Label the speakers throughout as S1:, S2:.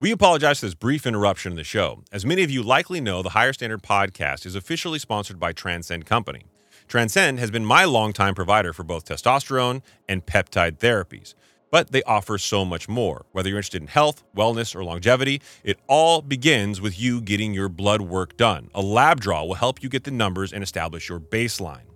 S1: We apologize for this brief interruption in the show. As many of you likely know, the Higher Standard podcast is officially sponsored by Transcend Company. Transcend has been my longtime provider for both testosterone and peptide therapies, but they offer so much more. Whether you're interested in health, wellness, or longevity, it all begins with you getting your blood work done. A lab draw will help you get the numbers and establish your baseline.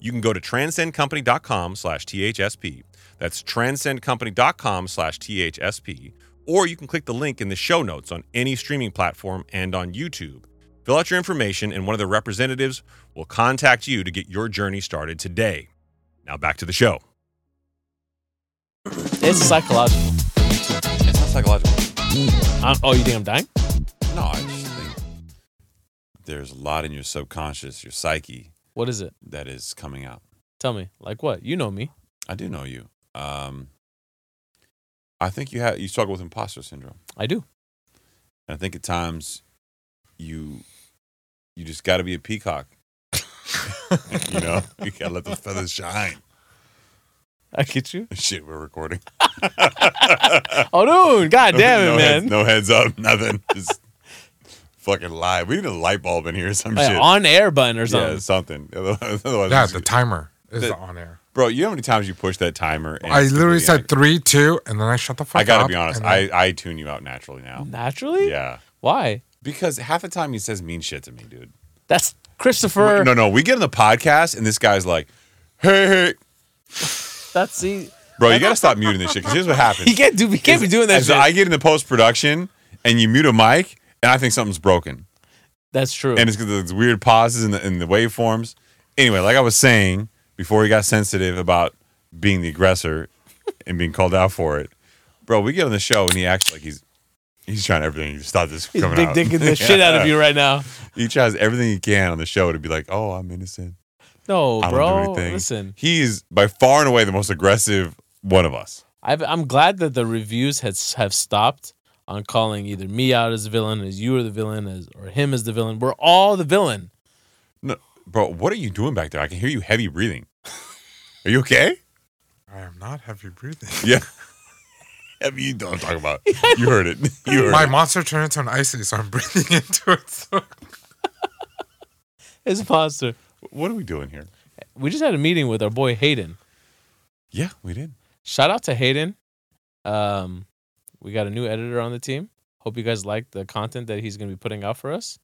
S1: You can go to transcendcompany.com slash THSP. That's transcendcompany.com slash THSP. Or you can click the link in the show notes on any streaming platform and on YouTube. Fill out your information, and one of the representatives will contact you to get your journey started today. Now back to the show.
S2: It's psychological.
S1: It's not psychological.
S2: i oh, you think I'm dying?
S3: No, I just think there's a lot in your subconscious, your psyche,
S2: What is it?
S3: that is coming out.
S2: Tell me. Like what? You know me.
S3: I do know you. Um, I think you have you struggle with imposter syndrome.
S2: I do.
S3: And I think at times you you just got to be a peacock. you know, you got to let the feathers shine.
S2: I get you.
S3: Shit, we're recording.
S2: Oh, dude. God damn it,
S3: no
S2: man.
S3: Heads, no heads up, nothing. Just fucking live. We need a light bulb in here or some
S2: Like,
S3: shit.
S2: on air button or
S3: yeah,
S2: something.
S3: something. Otherwise, otherwise
S4: Yeah,
S3: it's-
S4: the timer is
S3: The-
S4: on air.
S3: Bro, you know how many times you push that timer? and
S4: I
S3: it's
S4: literally
S3: completely
S4: said three, two, and then I shut the fuck
S3: I
S4: up.
S3: gotta be honest.
S4: and then-
S3: I, I tune you out naturally now.
S2: Naturally?
S3: Yeah,
S2: Why?
S3: because half the time he says mean shit to me, dude.
S2: That's Christopher.
S3: no, no, we get in the podcast and this guy's like, "Hey, hey,
S2: That's see.
S3: bro, you gotta stop muting this shit." Because here's what happens:
S2: He can't do. He can't be doing that.
S3: As
S2: Shit.
S3: I get into post production and you mute a mic, and I think something's broken,
S2: That's true.
S3: and it's because there's weird pauses in the in the waveforms. Anyway, like I was saying before, he got sensitive about being the aggressor and being called out for it. Bro, we get on the show and he acts like he's he's trying everything to stop this
S2: He's
S3: coming
S2: big
S3: out.
S2: dicking the shit out of you right now.
S3: he tries everything he can on the show to be like, "Oh, I'm innocent.
S2: No,
S3: I don't do
S2: bro.
S3: anything."
S2: Listen,
S3: He is by far and away the most aggressive one of us.
S2: I've, I'm glad that the reviews has, have stopped on calling either me out as the villain, as you are the villain, as or him as the villain. We're all the villain.
S3: No, bro, what are you doing back there? I can hear you heavy breathing. Are you okay?
S4: I am not heavy breathing.
S3: Yeah. I mean, you don't talk about. it. You heard it. You heard
S4: My
S3: it.
S4: monster turned into an icy, so I'm breathing into it. So
S2: It's monster.
S3: What are we doing here?
S2: We just had a meeting with our boy Hayden.
S3: Yeah, we did.
S2: shout out to Hayden. Um, we got a new editor on the team. Hope you guys like the content that he's gonna be putting out for us.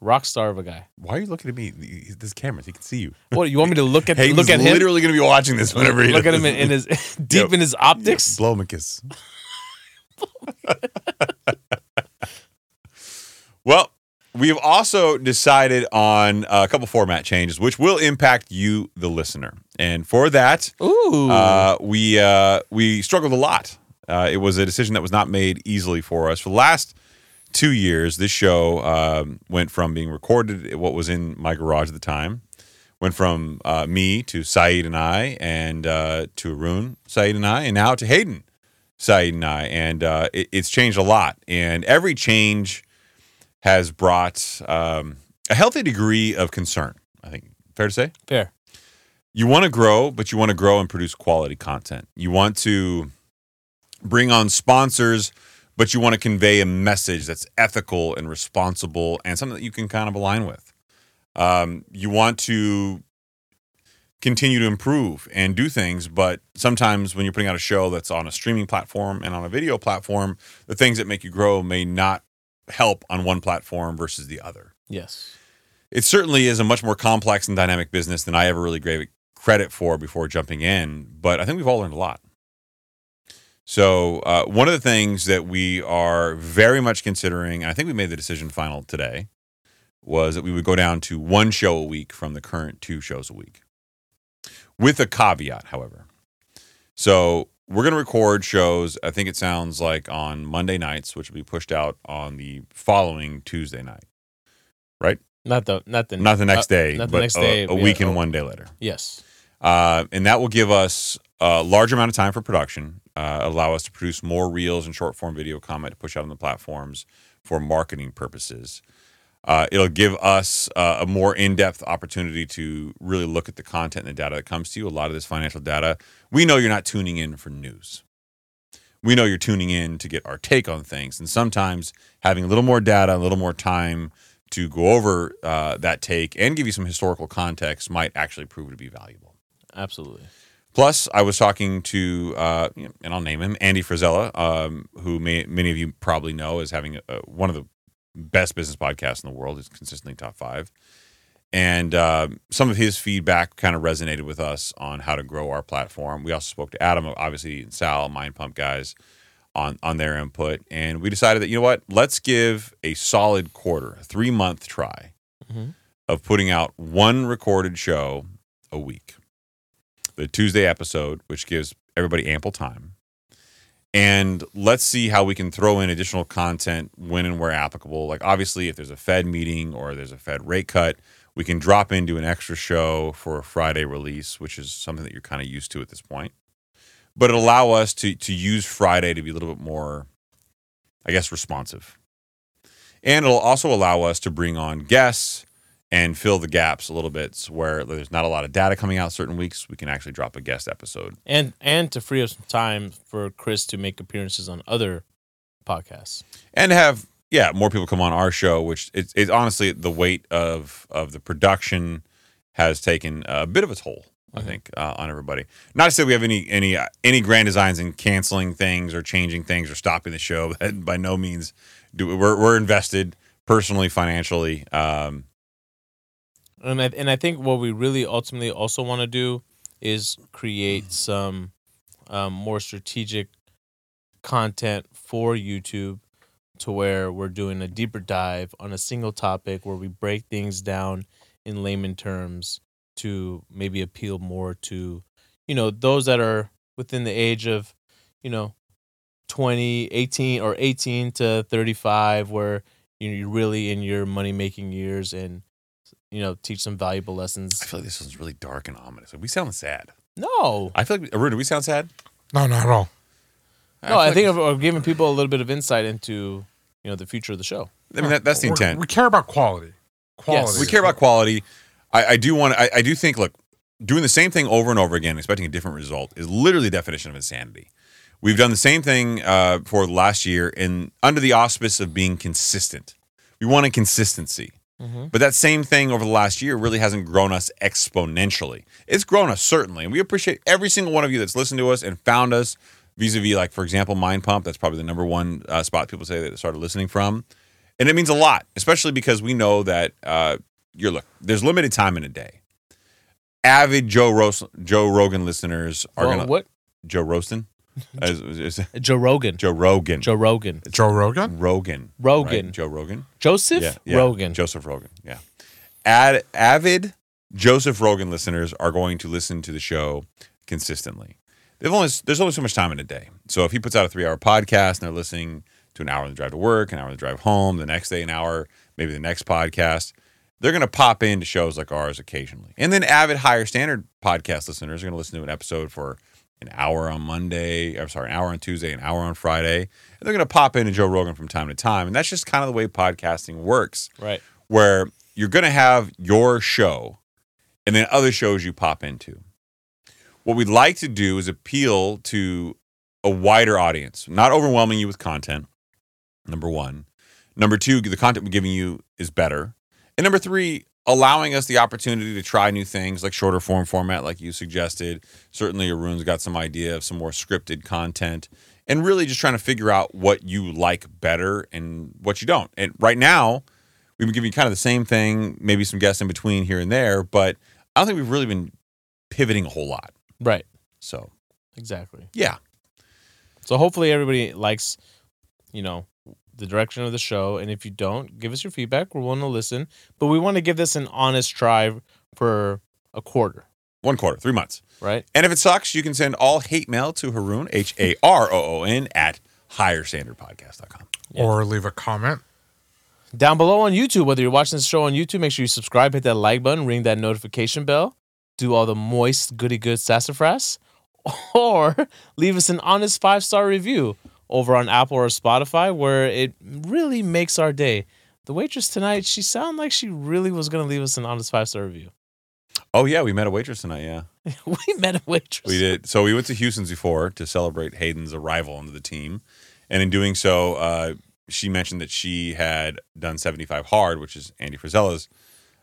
S2: Rock star of a guy.
S3: Why are you looking at me? He- This cameras, he can see you.
S2: What you want me to look at?
S3: Hayden's
S2: look at him.
S3: literally going to be watching this whenever he
S2: look at
S3: does
S2: him in,
S3: this.
S2: in his deep
S3: Yep.
S2: in his optics.
S3: Blow him a kiss. well, we've also decided on a couple format changes, which will impact you, the listener. And for that,
S2: Ooh,
S3: uh, we uh, we struggled a lot. Uh, it was a decision that was not made easily for us. For the last two years, this show um, went from being recorded at what was in my garage at the time, went from uh, me to Saeed and I, and uh, to Arun, Saeed and I, and now to Hayden, Saeed and I. And uh, it, it's changed a lot. And every change has brought um, a healthy degree of concern, I think. Fair to say?
S2: fair.
S3: you want to grow, but you want to grow and produce quality content. You want to bring on sponsors, but you want to convey a message that's ethical and responsible and something that you can kind of align with. Um, you want to continue to improve and do things, but sometimes when you're putting out a show that's on a streaming platform and on a video platform, the things that make you grow may not help on one platform versus the other
S2: Yes.
S3: it certainly is a much more complex and dynamic business than I ever really gave it credit for before jumping in. But I think we've all learned a lot. So uh, one of the things that we are very much considering, and I think we made the decision final today, was that we would go down to one show a week from the current two shows a week, with a caveat, however. So we're going to record shows. I think it sounds like on Monday nights, which will be pushed out on the following Tuesday night.
S2: Not the not the
S3: Not the next
S2: uh,
S3: day,
S2: not the
S3: but
S2: next
S3: a,
S2: day,
S3: a
S2: but yeah,
S3: week
S2: oh.
S3: and one day later.
S2: yes.
S3: Uh, and that will give us a large amount of time for production, uh, allow us to produce more reels and short form video comment to push out on the platforms for marketing purposes. Uh, it'll give us uh, a more in depth opportunity to really look at the content and the data that comes to you. A lot of this financial data, we know you're not tuning in for news. we know you're tuning in to get our take on things. And sometimes having a little more data, a little more time to go over uh, that take and give you some historical context might actually prove to be valuable.
S2: Absolutely.
S3: Plus, I was talking to, uh, you know, and I'll name him, Andy Frizella, um, who may, many of you probably know as having uh one of the best business podcasts in the world. It's consistently top five. And uh, some of his feedback kind of resonated with us on how to grow our platform. We also spoke to Adam, obviously, and Sal, Mind Pump guys, on, on their input. And we decided that, you know what, let's give a solid quarter, a three month try
S2: Mhm.
S3: of putting out one recorded show a week the Tuesday episode, which gives everybody ample time. And let's see how we can throw in additional content when and where applicable. Like, obviously, if there's a Fed meeting or there's a Fed rate cut, we can drop into an extra show for a Friday release, which is something that you're kind of used to at this point. But it'll allow us to, to use Friday to be a little bit more, I guess, responsive. And it'll also allow us to bring on guests and fill the gaps a little bit where there's not a lot of data coming out certain weeks. We can actually drop a guest episode.
S2: And and to free up some time for Chris to make appearances on other podcasts.
S3: and have yeah more people come on our show which it's, it's honestly the weight of of the production has taken a bit of a toll i
S2: Mhm.
S3: think uh, on everybody not to say we have any any uh, any grand designs in canceling things or changing things or stopping the show That by no means do we're, we're invested personally financially um
S2: And I, and I think what we really ultimately also want to do is create some um, more strategic content for YouTube to where we're doing a deeper dive on a single topic where we break things down in layman terms to maybe appeal more to you know those that are within the age of you know 20 18 or 18 to 35 where you know, you're really in your money making years and you know teach some valuable
S3: i
S2: lessons
S3: feel like this is really dark and ominous we sound sad
S2: no
S3: i feel like Arun, do we sound sad
S4: No, not at all.
S2: no i,
S3: feel
S2: think
S3: like-
S2: of of giving people a little bit of insight into you know the future of the show
S3: i mean that, that's the
S4: We're-
S3: intent
S4: We care about quality. Quality.
S2: Yes.
S3: we care about quality. I, I do want. I, I do think. Look, doing the same thing over and over again, expecting a different result, is literally the definition of insanity. We've done the same thing uh, for the last year, and under the auspice of being consistent, we wanted consistency.
S2: mm-hmm.
S3: But that same thing over the last year really hasn't grown us exponentially. It's grown us certainly, and we appreciate every single one of you that's listened to us and found us vis-a-vis, like for example, Mind Pump. That's probably the number one uh, spot people say that they started listening from, and it means a lot, especially because we know that uh, you're look. There's limited time in a day. Avid Joe Ros- Joe Rogan listeners are
S2: well,
S3: gonna
S2: what
S3: Joe Roastin, As- is- is-
S2: joe rogan
S3: Joe Rogan,
S2: joe rogan
S4: Joe Rogan?
S3: Rogan,
S2: rogan
S3: right? Joe Rogan.
S2: joseph rogan
S3: Joseph Rogan. Yeah. Ad, avid Joseph Rogan listeners are going to listen to the show consistently. They've only there's only so much time in a day. So if he puts out a three hour podcast and they're listening to an hour on the drive to work, an hour on the drive home, the next day an hour, maybe the next podcast, they're going to pop into shows like ours occasionally. And then avid higher standard podcast listeners are going to listen to an episode for an hour on Monday, I'm sorry, an hour on Tuesday, an hour on Friday. And they're going to pop into Joe Rogan from time to time. And that's just kind of the way podcasting works
S2: right
S3: where you're going to have your show and then other shows you pop into. What we'd like to do is appeal to a wider audience, not overwhelming you with content. Number one. Number two, the content we're giving you is better. And number three, allowing us the opportunity to try new things like shorter form format, like you suggested. Certainly, Arun's got some idea of some more scripted content and really just trying to figure out what you like better and what you don't. And right now, we've been giving you kind of the same thing, maybe some guests in between here and there, but I don't think we've really been pivoting a whole lot.
S2: right
S3: So,
S2: exactly
S3: yeah.
S2: So hopefully everybody likes, you know, the direction of the show. And if you don't, give us your feedback. We're willing to listen. But we want to give this an honest try for a quarter,
S3: One quarter, three months.
S2: right?
S3: And if it sucks, you can send all hate mail to Haroon, H A R O O N, at higherstandardpodcast.com.
S2: Yeah.
S4: Or leave a comment.
S2: Down below on YouTube, whether you're watching this show on YouTube, make sure you subscribe, hit that like button, ring that notification bell, do all the moist, goody good sassafras, or leave us an honest five star review over on Apple or Spotify, where it really makes our day. The waitress tonight, she sounded like she really was going to leave us an honest five star review.
S3: Oh yeah, we met a waitress tonight. Yeah,
S2: we met a waitress.
S3: we did. So we went to Houston's before to celebrate Hayden's arrival onto the team, and in doing so, uh, she mentioned that she had done 75 hard, which is Andy Frizella's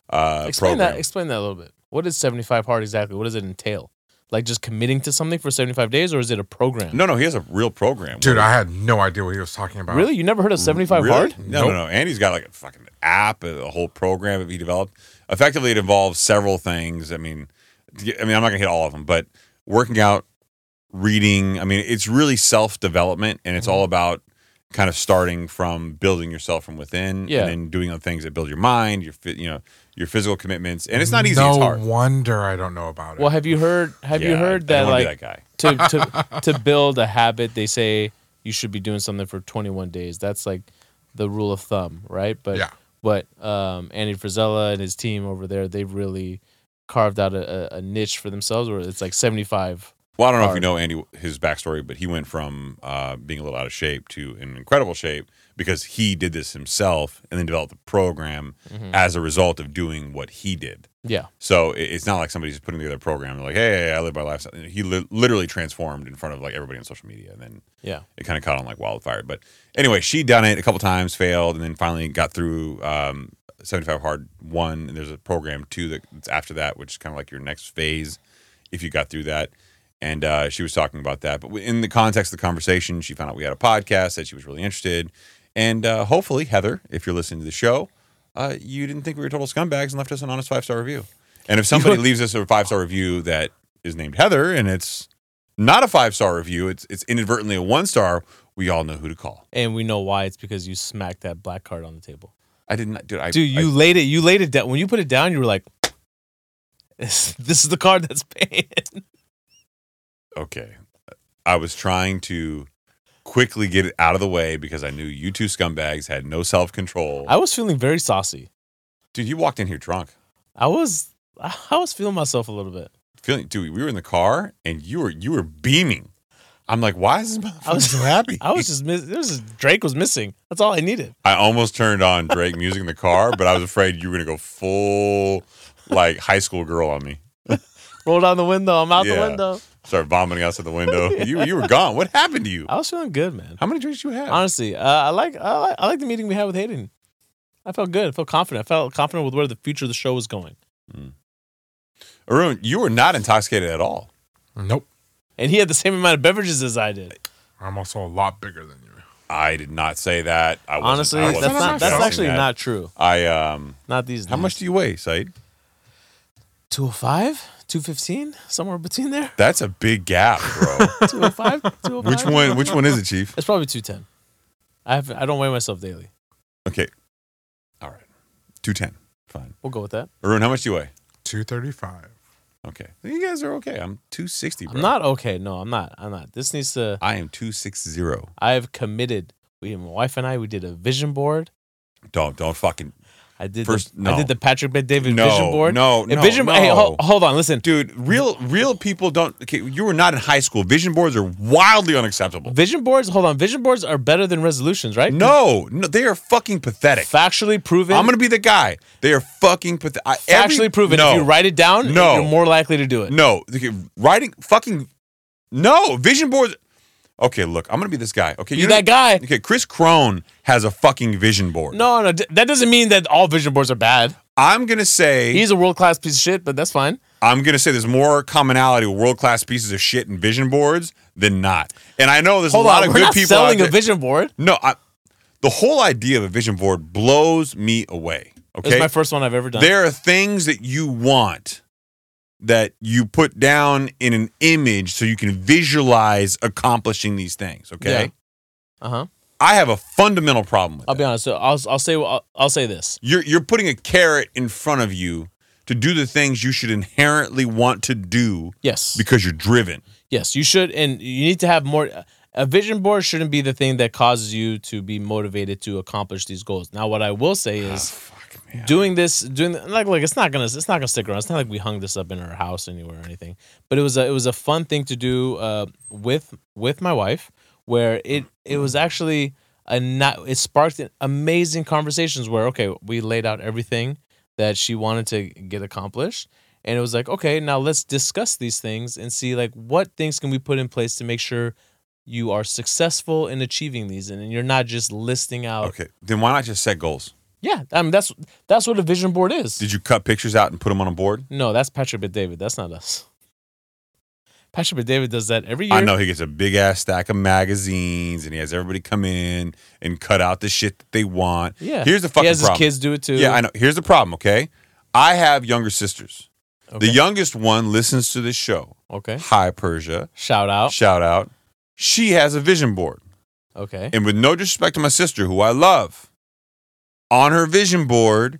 S3: uh,
S2: Explain
S3: program.
S2: that. Explain that a little bit. What is seventy five hard exactly? What does it entail? Like just committing to something for seventy five days, or is it a program?
S3: no, no, he has a real program,
S4: Dude,
S3: Where-
S4: I had no idea what he was talking about.
S2: Really, you never heard of seventy five
S3: Really?
S2: hard?
S3: No, no, no. Andy's got like a fucking app, a whole program that he developed. Effectively, it involves several things. I mean, to get- I mean, I'm not gonna hit all of them, but working out, reading. I mean, it's really self development, and
S2: Mm-hmm.
S3: it's all about kind of starting from building yourself from within,
S2: Yeah.
S3: and then doing the things that build your mind, your fi- you know, your physical commitments, and it's not easy.
S4: No
S3: it's hard.
S4: wonder I don't know about it.
S2: Well, have you heard? Have you
S3: Yeah, I-
S2: heard
S3: I
S2: that
S3: don't wanna be
S2: like
S3: that guy?
S2: to to to build a habit, they say you should be doing something for twenty one days. That's like the rule of thumb, right? But
S4: Yeah.
S2: but um, Andy Frizella and his team over there, they've really carved out a, a, a niche for themselves where it's like seventy five.
S3: Well, I don't know if you
S2: hard.
S3: know Andy his backstory, but he went from uh, being a little out of shape to in incredible shape because he did this himself and then developed the program as a result of doing what he did.
S2: Yeah.
S3: So it- it's not like somebody's putting together a program they're like, "Hey, I live my lifestyle." He li- literally transformed in front of like everybody on social media, and then
S2: Yeah.
S3: it kind of caught on like wildfire. But anyway, she done it a couple times, failed, and then finally got through um, 75 hard one. And there's a program two that- that's after that, which is kind of like your next phase if you got through that. And uh, she was talking about that. But in the context of the conversation, she found out we had a podcast that she was really interested. And uh, hopefully, Heather, if you're listening to the show, uh, you didn't think we were total scumbags and left us an honest five star review. And if somebody leaves us a five star review that is named Heather and it's not a five star review. It's it's inadvertently a one star. We all know who to call.
S2: And we know why. It's because you smacked that black card on the table.
S3: I did not, dude. I,
S2: Dude,
S3: I-
S2: you laid it. You laid it down. When you put it down, you were like, "This, this is the card that's paying."
S3: okay? I was trying to quickly get it out of the way because I knew you two scumbags had no self control.
S2: I was feeling very saucy.
S3: Dude, you walked in here drunk.
S2: I was, I was feeling myself a little bit.
S3: Feeling, dude, we were in the car and you were you were beaming. I'm like, why is this motherfucker
S2: was-
S3: so happy?
S2: I was just miss. There was Drake was missing. That's all I needed.
S3: I almost turned on Drake music in the car, but I was afraid you were gonna go full like high school girl on me.
S2: Roll down the window. I'm out
S3: Yeah.
S2: the window.
S3: Start vomiting outside the window. You you were gone. What happened to you?
S2: I was feeling good, man.
S3: How many drinks you have?
S2: Honestly, uh, I like, I like, I like the meeting we had with Hayden. I felt good. I felt confident. I felt confident with where the future of the show was going.
S3: Arun, you were not intoxicated at all.
S4: Nope.
S2: And he had the same amount of beverages as I did.
S4: I'm also a lot bigger than you.
S3: I did not say that. I wasn't,
S2: Honestly,
S3: I
S2: that's
S3: wasn't
S2: not. That's
S3: suggesting
S2: actually
S3: that.
S2: not true.
S3: I um.
S2: Not these.
S3: How much do you weigh, Said?
S2: Two hundred five. 215, somewhere between there.
S3: That's a big gap, bro.
S2: 205, 205.
S3: which one? Which one is it, Chief?
S2: It's probably 210. I have I don't weigh myself daily.
S3: Okay. All right. Two ten. Fine.
S2: We'll go with that.
S3: Arun, how much do you weigh?
S4: 235.
S3: Okay. You guys are okay. I'm two sixty, bro.
S2: I'm not okay. No, I'm not. I'm not. This needs to
S3: I am two six zero.
S2: I have committed. We my wife and I we did a vision board.
S3: Don't don't fucking
S2: I did
S3: First-
S2: the,
S3: no.
S2: I did the Patrick Bet David
S3: No,
S2: vision board.
S3: no,
S2: And
S3: no,
S2: vision, Hey,
S3: no.
S2: hold, hold on, listen.
S3: dude. Real real people don't. Okay, you were not in high school. Vision boards are wildly unacceptable.
S2: Vision boards, hold on. Vision boards are better than resolutions, right?
S3: No, no, they are fucking pathetic.
S2: Factually proven.
S3: I'm gonna be the guy. They are fucking pathetic.
S2: factually proven.
S3: No,
S2: If you write it down,
S3: No.
S2: you're more likely to do it.
S3: no, Okay, writing fucking no vision boards. Okay, look, I'm gonna be this guy. Okay,
S2: You that guy.
S3: Okay, Chris Crone has a fucking vision board.
S2: No, no, d- that doesn't mean that all vision boards are bad.
S3: I'm gonna say
S2: He's a world class piece of shit, but that's fine.
S3: I'm gonna say there's more commonality with world class pieces of shit and vision boards than not. And I know there's
S2: Hold
S3: a lot
S2: on,
S3: of
S2: we're
S3: good
S2: not
S3: people
S2: selling
S3: out there-
S2: a vision board.
S3: No, I, the whole idea of a vision board blows me away.
S2: It's
S3: Okay,
S2: my first one I've ever done.
S3: There are things that you want that you put down in an image so you can visualize accomplishing these things. Okay.
S2: Yeah. Uh huh.
S3: I have a fundamental problem with
S2: I'll be
S3: that.
S2: honest. So I'll I'll say I'll, I'll say this.
S3: You're, you're putting a carrot in front of you to do the things you should inherently want to do
S2: Yes.
S3: because you're driven.
S2: Yes, you should, and you need to have more. A vision board shouldn't be the thing that causes you to be motivated to accomplish these goals. Now, what I will say is,
S3: Fuck, man.
S2: doing this, doing like like it's not gonna it's not gonna stick around. It's not like we hung this up in our house anywhere or anything. But it was a it was a fun thing to do uh, with with my wife, where it it was actually a not it sparked an amazing conversations where okay we laid out everything that she wanted to get accomplished, and it was like okay now let's discuss these things and see like what things can we put in place to make sure you are successful in achieving these and you're not just listing out
S3: Okay. Then why not just set goals?
S2: yeah i mean that's that's what a vision board is
S3: Did you cut pictures out and put them on a board?
S2: no that's patrick but david that's not us patrick but david does that every year
S3: I know he gets a big ass stack of magazines and he has everybody come in and cut out the shit that they want.
S2: yeah
S3: Here's the
S2: he
S3: fucking
S2: has his
S3: problem.
S2: kids do it too
S3: Yeah, I know. Here's the problem, okay? I have younger sisters.
S2: okay.
S3: The youngest one listens to this show.
S2: okay
S3: Hi, Persia.
S2: shout out
S3: Shout out. She has a vision board.
S2: okay
S3: And with no disrespect to my sister, who I love, on her vision board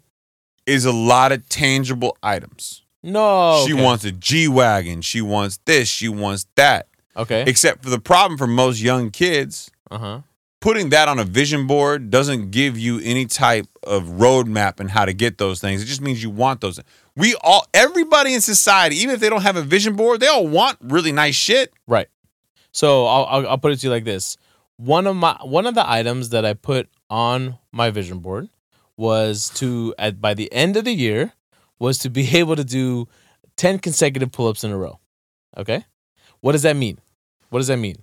S3: is a lot of tangible items.
S2: no
S3: She
S2: Oh, okay.
S3: wants a G Wagon. She wants this. She wants that.
S2: okay
S3: Except for the problem for most young kids,
S2: uh-huh
S3: putting that on a vision board doesn't give you any type of roadmap and how to get those things. It just means you want those. We all, everybody in society, even if they don't have a vision board, they all want really nice shit.
S2: Right. So I'll, I'll I'll put it to you like this: one of my one of the items that I put on my vision board was to at by the end of the year was to be able to do ten consecutive pull-ups in a row. Okay, what does that mean? What does that mean?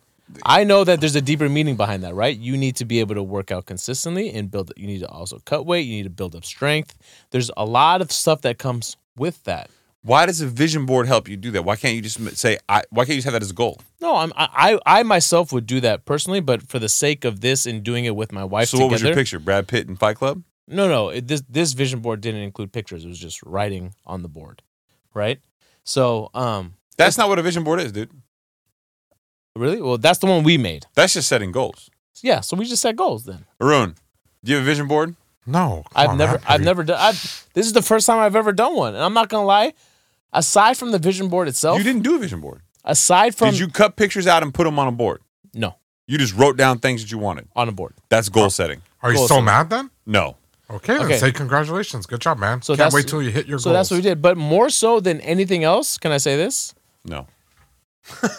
S2: I know that there's a deeper meaning behind that, right? You need to be able to work out consistently and build. You need to also cut weight. You need to build up strength. There's a lot of stuff that comes with that.
S3: Why does a vision board help you do that? Why can't you just say, I, why can't you just have that as a goal?
S2: No, I'm I I I myself would do that personally, but for the sake of this and doing it with my wife
S3: so,
S2: together.
S3: what was your picture? Brad Pitt in Fight Club?
S2: No, no, it, this this vision board didn't include pictures. It was just writing on the board, right? So, um,
S3: That's not what a vision board is, dude.
S2: really, well, that's the one we made.
S3: That's just setting goals.
S2: Yeah, so we just set goals then.
S3: Arun, do you have a vision board?
S4: No, come
S2: I've
S4: on,
S2: never,
S4: that's
S2: I've
S4: pretty-
S2: never done. I've, this is the first time I've ever done one, and I'm not gonna lie. Aside from the vision board itself,
S3: You didn't do a vision board.
S2: aside from
S3: Did you cut pictures out and put them on a board?
S2: no
S3: You just wrote down things that you wanted.
S2: on a board.
S3: That's goal setting.
S4: Are you
S2: Goals
S4: still
S2: on-
S4: mad then?
S3: No.
S4: Okay, then
S2: Okay.
S4: say congratulations. Good job, man.
S2: So
S4: Can't
S2: that's-
S4: wait till you hit your
S2: So
S4: goals.
S2: that's what we did. But more so than anything else, can I say this?
S3: No.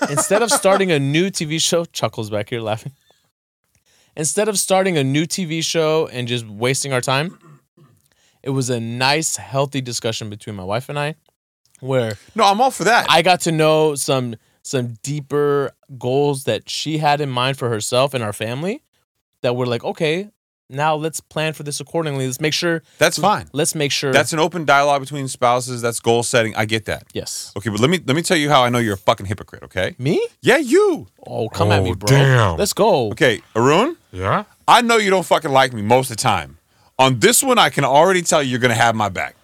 S2: instead of starting a new TV show, chuckles back here laughing. Instead of starting a new TV show and just wasting our time, it was a nice, healthy discussion between my wife and I, where
S3: No, I'm all for that.
S2: I got to know some some deeper goals that she had in mind for herself and our family. That were like, okay, now let's plan for this accordingly. Let's make sure.
S3: That's fine.
S2: Let's make sure.
S3: That's an open dialogue between spouses. That's goal setting. I get that.
S2: yes.
S3: Okay, but let me let me tell you how I know you're a fucking hypocrite, okay?
S2: Me?
S3: Yeah, you.
S2: Oh, come at
S4: Oh,
S2: me, bro.
S4: damn.
S2: Let's go.
S3: Okay, Arun,
S4: Yeah.
S3: I know you don't fucking like me most of the time. On this one, I can already tell you you're gonna have my back.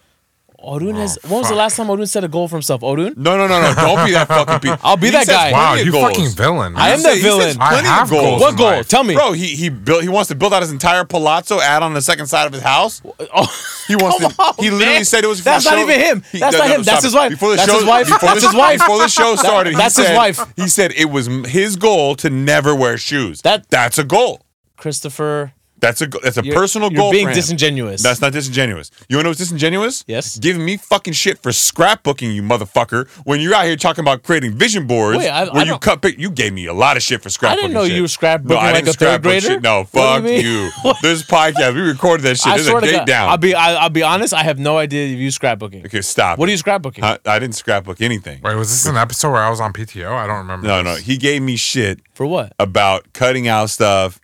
S2: Odun has. When was the last time Odun set a goal for himself? Odun.
S3: No, no, no, no. Don't be that fucking people.
S2: I'll be that guy.
S4: Wow,
S3: plenty of
S4: you
S3: goals.
S4: fucking villain.
S2: I
S4: man.
S2: am the
S3: He says
S2: villain.
S4: I
S3: Plenty of
S4: have
S3: goals.
S4: goals.
S2: What
S4: in
S2: goal?
S4: life.
S2: Tell me.
S3: Bro, he he built he wants to build out his entire palazzo, add on the second side of his house.
S2: Oh,
S3: He wants
S2: Come
S3: to.
S2: on,
S3: he literally
S2: man.
S3: said it was.
S2: That's
S3: before
S2: not
S3: the show-
S2: even him.
S3: He-
S2: That's not him. That's
S3: stop
S2: his
S3: it.
S2: wife.
S3: Before the
S2: That's
S3: show,
S2: his wife.
S3: Before
S2: That's
S3: the,
S2: his wife.
S3: Before the show
S2: That-
S3: started, he
S2: that's his
S3: said-
S2: wife.
S3: He said it was m- his goal to never wear shoes.
S2: That-
S3: that's a goal.
S2: Christopher,
S3: That's a go- that's a
S2: you're-
S3: personal
S2: you're
S3: goal.
S2: being
S3: for him.
S2: disingenuous.
S3: That's not disingenuous. You want to know what's disingenuous?
S2: Yes.
S3: Giving me fucking shit for scrapbooking, you motherfucker. When you're out here talking about creating vision boards,
S2: Wait, I-
S3: where
S2: I
S3: you
S2: don't-
S3: cut pic- you gave me a lot of shit for scrapbooking.
S2: I didn't know
S3: shit.
S2: you were scrapbooking
S3: no, I
S2: like
S3: didn't
S2: a third
S3: scrapbook
S2: grader.
S3: Shit. No,
S2: What
S3: fuck
S2: do you mean?
S3: you. this podcast, we recorded that shit.
S2: I
S3: There's
S2: swear
S3: a
S2: to
S3: date
S2: God,
S3: down.
S2: I'll be I, I'll be honest. I have no idea if you scrapbooking.
S3: okay, stop.
S2: What
S3: it.
S2: are you scrapbooking?
S3: I, I didn't scrapbook anything.
S4: Wait, was this an episode where I was on PTO? I don't remember.
S3: No, no.
S4: this.
S3: He gave me shit
S2: For what?
S3: about cutting out stuff.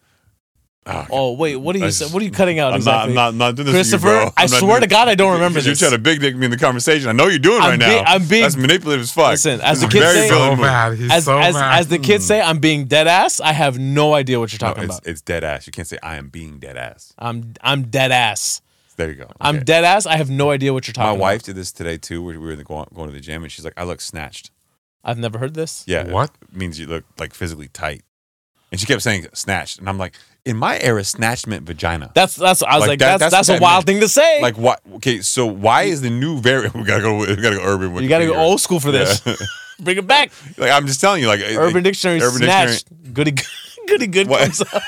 S2: Oh wait, what are you
S3: I
S2: sa-
S3: just-
S2: what are you cutting out
S3: I'm
S2: exactly?
S3: not, I'm not, I'm not doing this to you, bro.
S2: Christopher, I
S3: I'm not
S2: swear
S3: doing-
S2: to God, I don't remember
S3: You're
S2: this.
S3: trying to big dick me in the conversation. I know you're doing
S2: I'm
S3: right
S2: being-
S3: now.
S2: I'm being-
S3: That's manipulative as fuck.
S2: Listen, as the
S3: It's
S2: kids
S3: very
S2: say-
S3: villain
S4: so
S3: move.
S4: mad. He's
S2: as
S4: so
S2: as,
S4: mad.
S2: as the kids say, I'm being dead ass. I have no idea what you're
S3: No,
S2: talking
S3: it's,
S2: about.
S3: it's dead ass. You can't say I am being dead ass.
S2: I'm I'm dead ass.
S3: There you go.
S2: I'm
S3: Okay.
S2: dead ass. I have no idea what you're
S3: My
S2: talking.
S3: wife did this today too. We we were going going to the gym, and she's like, "I look snatched."
S2: About. I've never heard this.
S3: Yeah.
S4: What?
S3: It means you look like physically tight. And she kept saying snatched. And I'm like, in my era, snatched meant vagina.
S2: That's that's. I was
S3: Like
S2: like,
S3: that-
S2: that's,
S3: that's
S2: that's
S3: what
S2: a
S3: that
S2: wild thing to say.
S3: like what okay, so why is the new variant we gotta go we gotta go urban with
S2: you got to go
S3: Wikipedia.
S2: old school for this.
S3: Yeah.
S2: Bring it back.
S3: like I'm just telling you, like
S2: Urban
S3: like,
S2: Dictionary
S3: Urban
S2: snatched. Goody good. Goody good
S3: What?
S2: comes up.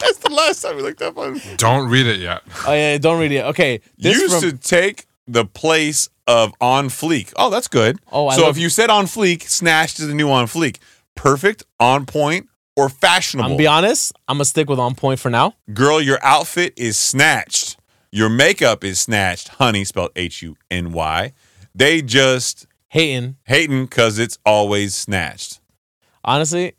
S3: That's the last time we looked up on
S4: Don't read it yet.
S2: Oh yeah, don't read it. Okay, this
S3: used
S2: from
S3: to take the place of on fleek. Oh, that's good.
S2: Oh, I
S3: so
S2: love-
S3: if you said on fleek, snatched is the new on fleek. Perfect, on point, or
S2: I'm
S3: fashionable.
S2: gonna be honest. I'm gonna stick with on point for now.
S3: Girl, your outfit is snatched. Your makeup is snatched. Honey, spelled H U N Y. They just
S2: Hating.
S3: hating because it's always snatched.
S2: Honestly,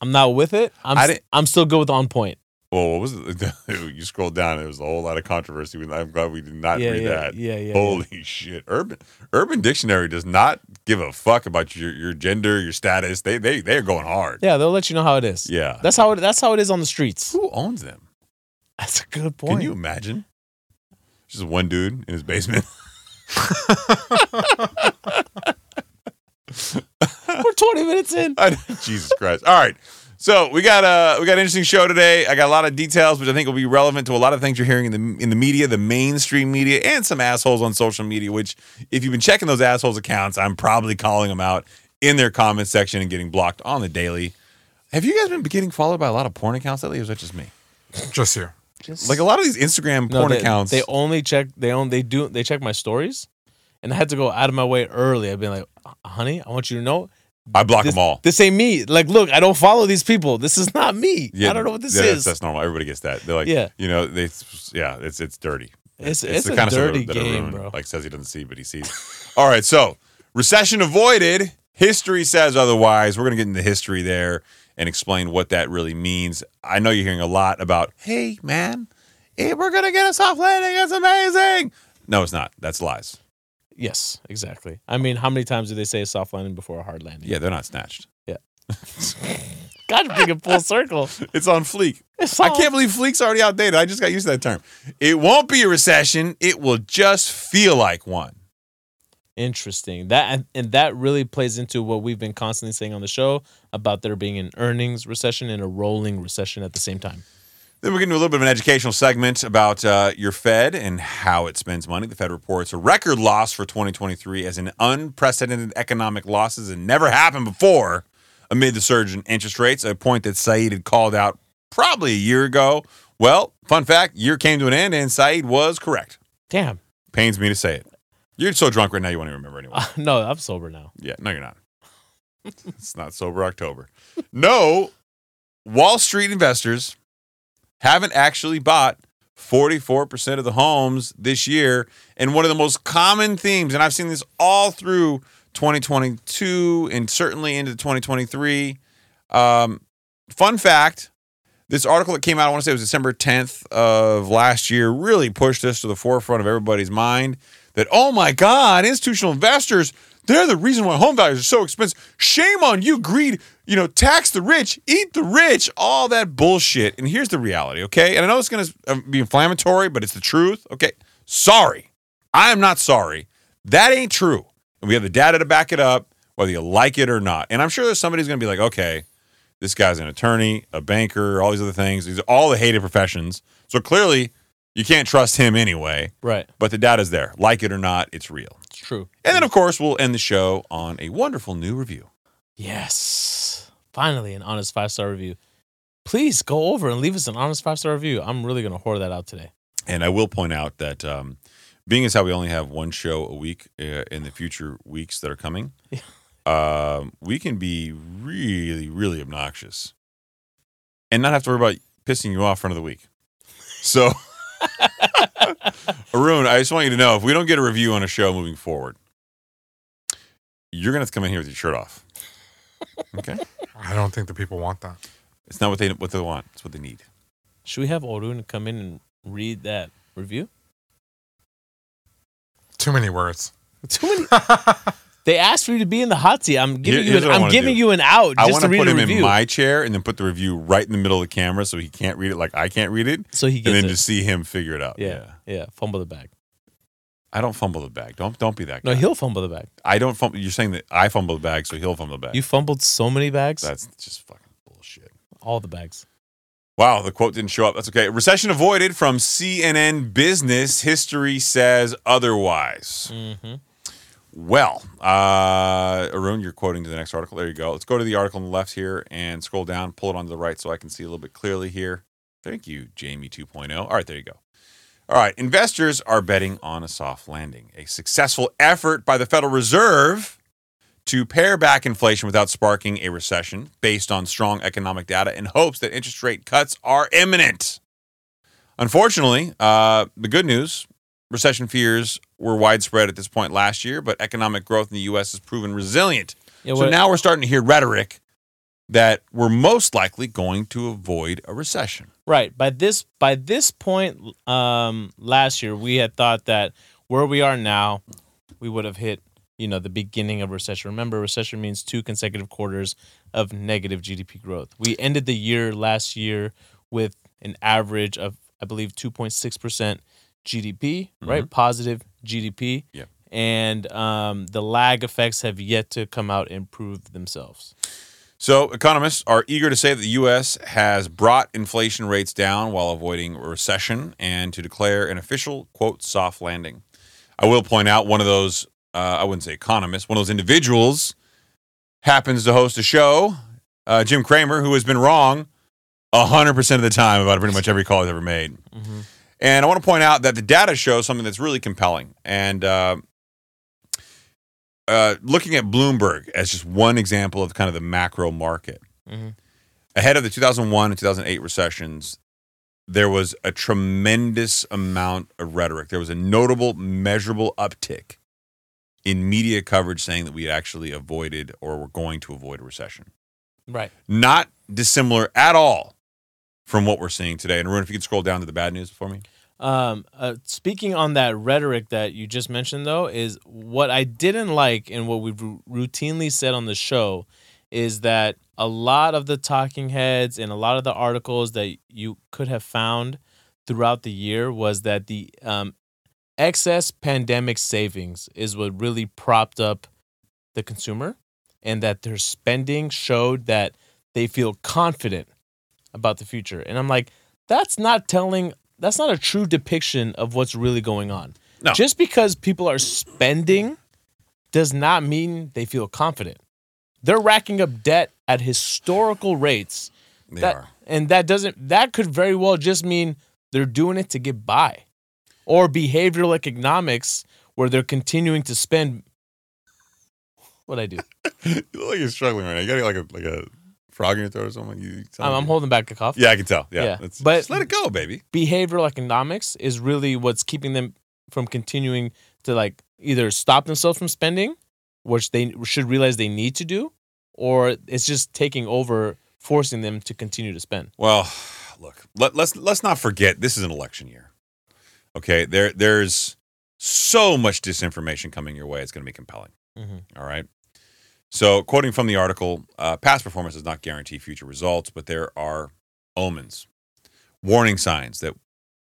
S2: I'm not with it. I'm
S3: I
S2: s-
S3: didn't-
S2: I'm still good with on point.
S3: Well, what was it? you scroll down? There was a whole lot of controversy. with- I'm glad we did not
S2: yeah,
S3: read
S2: yeah,
S3: that.
S2: yeah, yeah, yeah.
S3: Holy shit! Urban Urban Dictionary does not give a fuck about your, your gender, your status. They they they're going hard.
S2: Yeah, they'll let you know how it is.
S3: Yeah.
S2: That's how it. That's how it is on the streets.
S3: Who owns them?
S2: That's a good point.
S3: Can you imagine? Just one dude in his basement.
S2: We're 20 minutes in.
S3: I- Jesus Christ! All right, so we got a we got an interesting show today. I got a lot of details, which I think will be relevant to a lot of things you're hearing in the in the media, the mainstream media, and some assholes on social media. Which, if you've been checking those assholes' accounts, I'm probably calling them out in their comment section and getting blocked on the daily. Have you guys been getting followed by a lot of porn accounts lately? Or is that just me?
S4: Just you.
S3: Like a lot of these Instagram
S2: No,
S3: porn
S2: they,
S3: accounts.
S2: They only check. They own. They do. They check my stories, and I had to go out of my way early. I've been like, honey, I want you to know
S3: I block
S2: this,
S3: them all.
S2: this ain't me. Like, look, I don't follow these people. This is not me. I don't know what this
S3: yeah,
S2: is.
S3: That's, that's normal. Everybody gets that. They're like,
S2: Yeah.
S3: you know, they, yeah, it's it's dirty.
S2: It's- it's a
S3: kinda
S2: dirty
S3: a
S2: game,
S3: ruin,
S2: bro.
S3: Like says he doesn't see, but he sees. All right, so recession avoided. History says otherwise. We're gonna get into history there and explain what that really means. I know you're hearing a lot about, hey man, eh, we're gonna get a soft landing. It's amazing. No, it's not. That's lies.
S2: yes, exactly. I mean, how many times do they say a soft landing before a hard landing?
S3: Yeah, they're not snatched.
S2: God, bring it full circle.
S3: It's on fleek.
S2: It's
S3: I
S2: all-
S3: can't believe fleek's already outdated. I just got used to that term. It won't be a recession. It will just feel like one.
S2: Interesting. That and, and that really plays into what we've been constantly saying on the show about there being an earnings recession and a rolling recession at the same time.
S3: Then we're going to do a little bit of an educational segment about uh, your Fed and how it spends money. The Fed reports a record loss for 2023 as an unprecedented economic losses that never happened before amid the surge in interest rates, a point that Said had called out probably a year ago. Well, fun fact, year came to an end and Said was correct.
S2: Damn.
S3: Pains me to say it. You're so drunk right now you won't even remember anyway.
S2: no, I'm sober now.
S3: Yeah, no, you're not. it's not sober October. No, Wall Street investors haven't actually bought 44% of the homes this year. And one of the most common themes, and I've seen this all through 2022 and certainly into 2023. Um, fun fact this article that came out, I want to say it was December 10th of last year, really pushed this to the forefront of everybody's mind that, oh my God, institutional investors, they're the reason why home values are so expensive. Shame on you, greed, you know, tax the rich, eat the rich, all that bullshit. And here's the reality, okay? And I know it's going to be inflammatory, but it's the truth, okay? Sorry. I am not sorry. That ain't true. And we have the data to back it up, whether you like it or not. And I'm sure there's somebody who's going to be like, okay, this guy's an attorney, a banker, all these other things. These are all the hated professions. So clearly, you can't trust him anyway.
S2: Right.
S3: But the data's there. Like it or not, it's real.
S2: It's true.
S3: And then, of course, we'll end the show on a wonderful new review.
S2: Yes. Finally, an honest five star review. Please go over and leave us an honest five star review. I'm really going to whore that out today.
S3: And I will point out that um, being as how we only have one show a week uh, in the future weeks that are coming,
S2: Yeah.
S3: um, we can be really, really obnoxious and not have to worry about pissing you off for another week. So, Arun, I just want you to know if we don't get a review on a show moving forward, you're going to have to come in here with your shirt off. Okay?
S4: I don't think the people want that.
S3: it's not what they, what they want, it's what they need.
S2: Should we have Orun come in and read that review?
S4: Too many words.
S2: Too many. they asked for you to be in the hot seat. I'm giving
S3: Here-
S2: you.
S3: here's
S2: An,
S3: what I
S2: I'm
S3: wanna
S2: giving
S3: do.
S2: you an out
S3: I
S2: just
S3: want
S2: to
S3: to
S2: read
S3: put
S2: a
S3: him
S2: review.
S3: in my chair and then put the review right in the middle of the camera so he can't read it like I can't read it,
S2: so he
S3: and
S2: gets
S3: then
S2: it.
S3: just see him figure it out.
S2: yeah, yeah. Fumble the bag.
S3: I don't fumble the bag. Don't don't be that guy.
S2: No, he'll fumble the bag.
S3: I don't fumble. You're saying that I fumble the bag, so he'll fumble the bag.
S2: You fumbled so many bags.
S3: That's just fucking bullshit.
S2: All the bags.
S3: Wow, the quote didn't show up. That's okay. Recession avoided from CNN Business. History says otherwise.
S2: Mm-hmm.
S3: Well, uh, Arun, you're quoting to the next article. There you go. Let's go to the article on the left here and scroll down, pull it onto the right so I can see a little bit clearly here. Thank you, Jamie 2.0. All right, there you go. All right, investors are betting on a soft landing, a successful effort by the Federal Reserve to pare back inflation without sparking a recession based on strong economic data and hopes that interest rate cuts are imminent. Unfortunately, uh, the good news recession fears were widespread at this point last year, but economic growth in the U.S. has proven resilient.
S2: Yeah,
S3: so
S2: what-
S3: now we're starting to hear rhetoric that we're most likely going to avoid a recession.
S2: Right. By this by this point um last year we had thought that where we are now we would have hit, you know, the beginning of recession. Remember recession means two consecutive quarters of negative GDP growth. We ended the year last year with an average of I believe 2.6% GDP, right? Positive GDP.
S3: Yep.
S2: And um, the lag effects have yet to come out and prove themselves.
S3: So, economists are eager to say that the U.S. has brought inflation rates down while avoiding recession and to declare an official, quote, soft landing. I will point out one of those, uh, I wouldn't say economists, one of those individuals happens to host a show, uh, Jim Kramer, who has been wrong 100% of the time about pretty much every call he's ever made. And I want to point out that the data shows something that's really compelling. And uh, uh, looking at Bloomberg as just one example of kind of the macro market,
S2: Mhm.
S3: ahead of the 2001 and 2008 recessions, there was a tremendous amount of rhetoric. There was a notable, measurable uptick in media coverage saying that we had actually avoided or were going to avoid a recession
S2: Right.
S3: not dissimilar at all from what we're seeing today. And Ruin, if you could scroll down to the bad news for me.
S2: Um, uh, speaking on that rhetoric that you just mentioned, though, is what I didn't like and what we've ru- routinely said on the show is that a lot of the talking heads and a lot of the articles that you could have found throughout the year was that the um, excess pandemic savings is what really propped up the consumer and that their spending showed that they feel confident about the future. And I'm like, that's not telling, that's not a true depiction of what's really going on.
S3: No.
S2: Just because people are spending does not mean they feel confident. They're racking up debt at historical rates.
S3: They
S2: that,
S3: are.
S2: And that doesn't, that could very well just mean they're doing it to get by or behavioral economics where they're continuing to spend. What I do?
S3: you look like you're struggling right now. You got like a like a frog in your throat or something. You,
S2: I'm, I'm holding back a cough.
S3: Yeah, I can tell.
S2: Yeah.
S3: Yeah,
S2: But-
S3: but just let it go, baby.
S2: behavioral economics is really what's keeping them from continuing to like either stop themselves from spending, which they should realize they need to do, or it's just taking over, forcing them to continue to spend.
S3: Well, look, let, let's let's not forget this is an election year. Okay, there there's so much disinformation coming your way. It's going to be compelling.
S2: Mhm.
S3: All right. So, quoting from the article, uh, past performance does not guarantee future results, but there are omens, warning signs that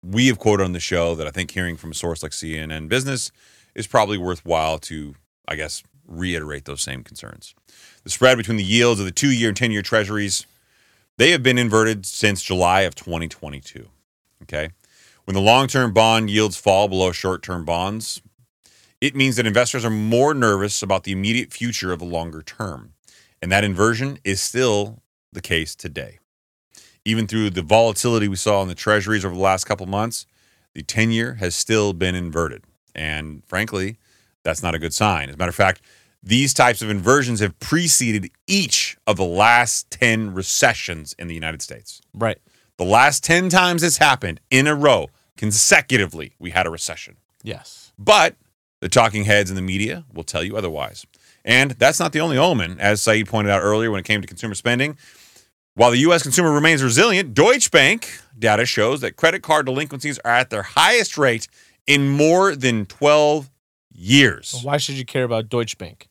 S3: we have quoted on the show that I think hearing from a source like CNN Business is probably worthwhile to, I guess, reiterate those same concerns. The spread between the yields of the two year and 10 year treasuries, they have been inverted since July of 2022. Okay. When the long term bond yields fall below short term bonds, it means that investors are more nervous about the immediate future of the longer term. And that inversion is still the case today. Even through the volatility we saw in the treasuries over the last couple months, the 10 year has still been inverted. And frankly, that's not a good sign. As a matter of fact, these types of inversions have preceded each of the last 10 recessions in the United States.
S2: Right.
S3: The last 10 times this happened in a row, consecutively, we had a recession.
S2: Yes.
S3: But the talking heads in the media will tell you otherwise. And that's not the only omen, as Saeed pointed out earlier when it came to consumer spending. While the U.S. consumer remains resilient, Deutsche Bank data shows that credit card delinquencies are at their highest rate in more than 12 years.
S2: Why should you care about Deutsche Bank?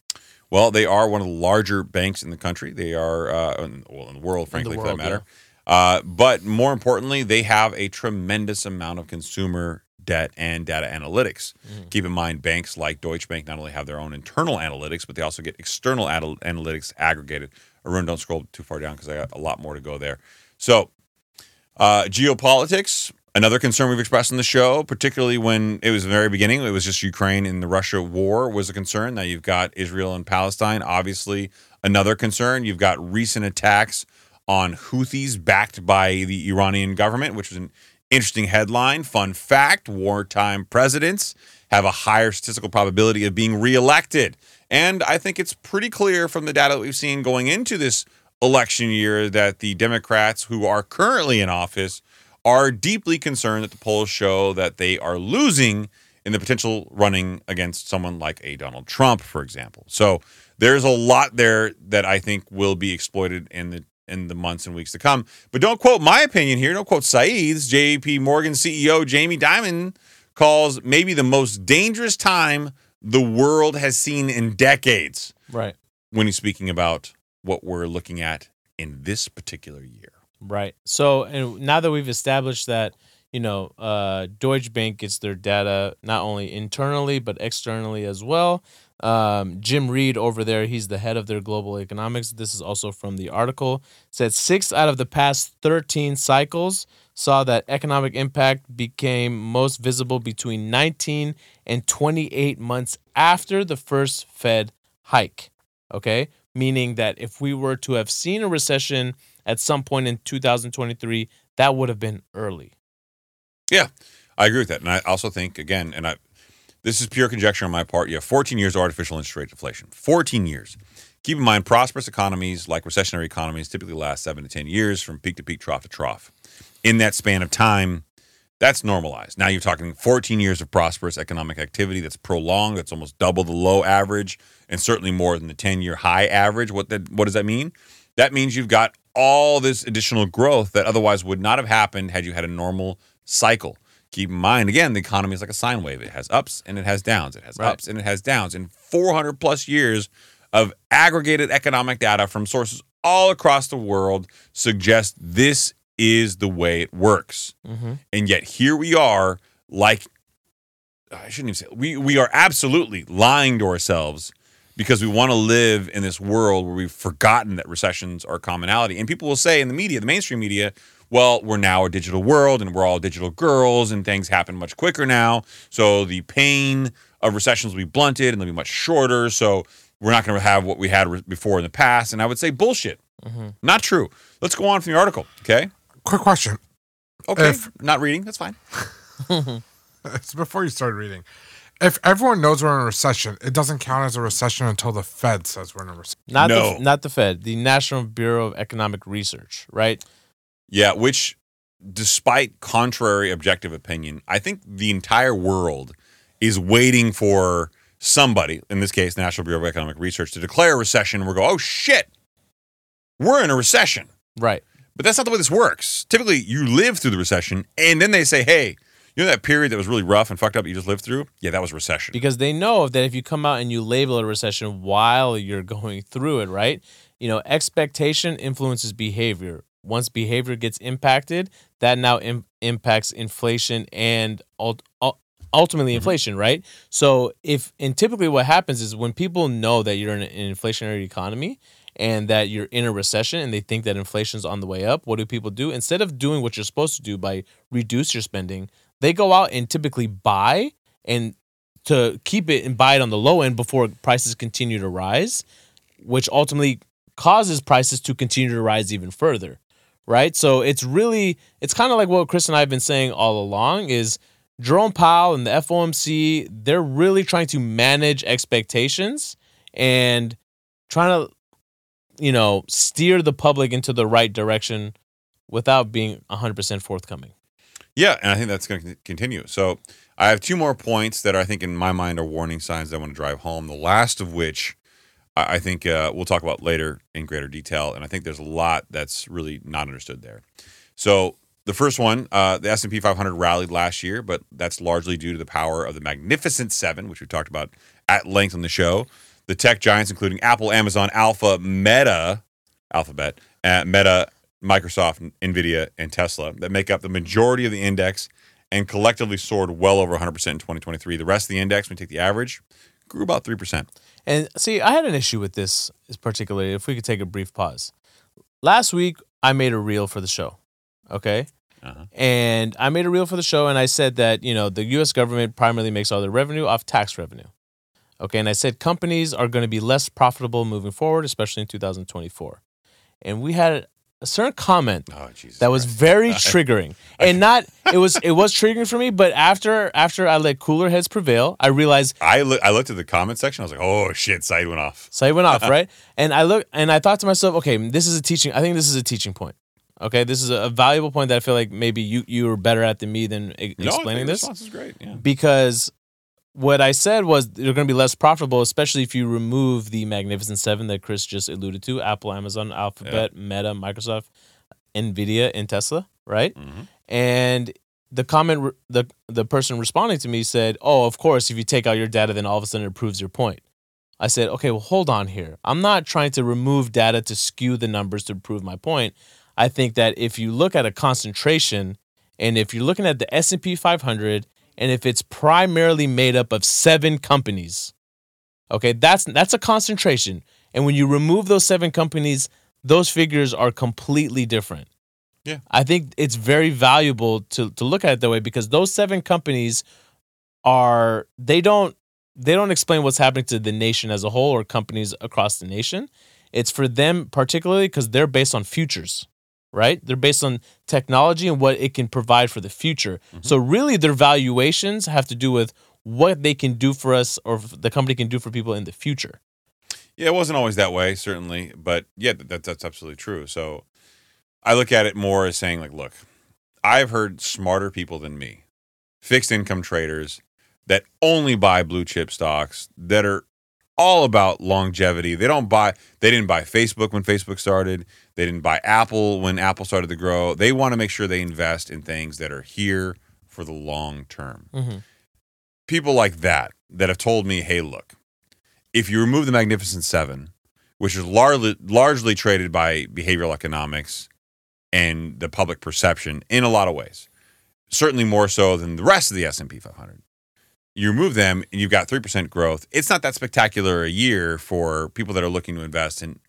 S3: Well, they are one of the larger banks in the country. They are, uh, in, well, in the world, frankly, for
S2: world,
S3: that matter. Uh, but more importantly, they have a tremendous amount of consumer debt and data analytics. Keep in mind, banks like Deutsche Bank not only have their own internal analytics, but they also get external anal- analytics aggregated. Arun, don't scroll too far down because I got a lot more to go there. So, uh, geopolitics, another concern we've expressed on the show, particularly when it was the very beginning, it was just Ukraine and the Russia war was a concern. Now you've got Israel and Palestine, obviously another concern. You've got recent attacks on Houthis backed by the Iranian government, which was an interesting headline. Fun fact wartime presidents have a higher statistical probability of being reelected. And I think it's pretty clear from the data that we've seen going into this election year that the Democrats who are currently in office are deeply concerned that the polls show that they are losing in in the potential running against someone like a Donald Trump, for example. So there's a lot there that I think will be exploited in the in the months and weeks to come. But don't quote my opinion here. Don't quote Saeed's. JP Morgan CEO Jamie Dimon calls maybe the most dangerous time the world has seen in decades
S2: Right.
S3: when he's speaking about what we're looking at in this particular year.
S2: Right. So, and now that we've established that, you know, uh, Deutsche Bank gets their data not only internally but externally as well. Um, Jim Reed over there, he's the head of their global economics. This is also from the article. Said six out of the past 13 cycles saw that economic impact became most visible between 19 and 28 months after the first Fed hike. Okay. Meaning that if we were to have seen a recession at some point in 2023, that would have been early.
S3: I agree with that. And I also think, again, and I, this is pure conjecture on my part. You have 14 years of artificial interest rate deflation. 14 years. Keep in mind, prosperous economies like recessionary economies typically last seven to 10 years from peak to peak, trough to trough. In that span of time, that's normalized. Now you're talking 14 years of prosperous economic activity that's prolonged, that's almost double the low average, and certainly more than the 10 year high average. What, that, what does that mean? That means you've got all this additional growth that otherwise would not have happened had you had a normal cycle. Keep in mind, again, the economy is like a sine wave. It has ups and it has downs. It has
S2: Right.
S3: ups and it has downs. And 400 plus years of aggregated economic data from sources all across the world suggest this is the way it works
S2: Mm-hmm.
S3: and yet here we are like i shouldn't even say we we are absolutely lying to ourselves because we want to live in this world where we've forgotten that recessions are a commonality and people will say in the media the mainstream media well we're now a digital world and we're all digital girls and things happen much quicker now so the pain of recessions will be blunted and they'll be much shorter so we're not going to have what we had re- before in the past and i would say bullshit
S2: Mm-hmm.
S3: not true let's go on from the article okay
S4: Quick question.
S3: okay
S4: If-
S3: not reading that's fine
S4: It's before you started reading. If everyone knows we're in a recession, it doesn't count as a recession until the Fed says we're in a recession.
S2: Not
S3: No.
S2: the not the Fed, the National Bureau of Economic Research, right?
S3: Yeah, which, despite contrary objective opinion, I think the entire world is waiting for somebody, in this case, the National Bureau of Economic Research, to declare a recession. We're going, oh shit, we're in a recession.
S2: Right.
S3: But that's not the way this works. Typically, you live through the recession, and then they say, hey, you know that period that was really rough and fucked up you just lived through? Yeah, that was a recession.
S2: Because they know that if you come out and you label a recession while you're going through it, right? You know, expectation influences behavior. Once behavior gets impacted, that now Im- impacts inflation and ult- ul- ultimately inflation, right? So, if and typically what happens is when people know that you're in an inflationary economy and that you're in a recession and they think that inflation's on the way up, what do people do? Instead of doing what you're supposed to do by reduce your spending, they go out and typically buy and to keep it and buy it on the low end before prices continue to rise, which ultimately causes prices to continue to rise even further. Right? So it's really it's kind of like what Chris and I have been saying all along is Jerome Powell and the FOMC, they're really trying to manage expectations and trying to you know, steer the public into the right direction without being 100% forthcoming.
S3: Yeah, and I think that's going to continue. So I have two more points that I think, in my mind, are warning signs that I want to drive home. The last of which I I think uh, we'll talk about later in greater detail, and I think there's a lot that's really not understood there. So the first one, uh, the S and P 500 rallied last year, but that's largely due to the power of the Magnificent Seven, which we talked about at length on the show. The tech giants, including Apple, Amazon, Alpha, Meta, Alphabet, uh, Meta, Microsoft, Nvidia, and Tesla, that make up the majority of the index and collectively soared well over 100% in 2023. The rest of the index, when you take the average, grew about 3%.
S2: And see, I had an issue with this is particularly if we could take a brief pause. Last week I made a reel for the show. Okay?
S3: Uh-huh.
S2: And I made a reel for the show and I said that, you know, the US government primarily makes all their revenue off tax revenue. Okay? And I said companies are going to be less profitable moving forward, especially in 2024. And we had a certain comment
S3: Oh, Jesus.
S2: that was
S3: Christ.
S2: very triggering and not it was it was triggering for me but after after i let cooler heads prevail i realized
S3: I, loo- I looked at the comment section. I was like, oh, shit, side went off.
S2: so i went off right and i look and i thought to myself okay this is a teaching i think this is a teaching point okay this is a valuable point that i feel like maybe you you were better at than me than e-
S3: No, I think
S2: explaining
S3: the
S2: this
S3: response is great. Yeah.
S2: because what I said was they're going to be less profitable, especially if you remove the Magnificent Seven that Chris just alluded to: Apple, Amazon, Alphabet, Meta, Microsoft, Nvidia, and Tesla. Right?
S3: Mhm.
S2: And the comment re- the the person responding to me said, "Oh, of course, if you take out your data, then all of a sudden it proves your point." I said, "Okay, well, hold on here. I'm not trying to remove data to skew the numbers to prove my point. I think that if you look at a concentration, and if you're looking at the S&P 500, and if it's primarily made up of seven companies, okay, that's that's a concentration. And when you remove those seven companies, those figures are completely different.
S3: Yeah.
S2: I think it's very valuable to to look at it that way because those seven companies are they don't they don't explain what's happening to the nation as a whole or companies across the nation. It's for them particularly because they're based on futures, right? They're based on technology and what it can provide for the future.
S3: Mm-hmm.
S2: So really, their valuations have to do with what they can do for us or f- the company can do for people in the future.
S3: Yeah, it wasn't always that way, certainly, but yeah, that, that, that's absolutely true. So I look at it more as saying, like, look, I've heard smarter people than me, fixed income traders that only buy blue chip stocks that are all about longevity. They don't buy, they didn't buy Facebook when Facebook started, they didn't buy Apple when Apple started to grow. They want to make sure they invest in things that are here for the long term
S2: Mm-hmm.
S3: people like that that have told me, hey, look, if you remove the Magnificent Seven, which is largely largely traded by behavioral economics and the public perception in a lot of ways, certainly more so than the rest of the S and P 500. You remove them, and you've got three percent growth. It's not that spectacular a year for people that are looking to invest in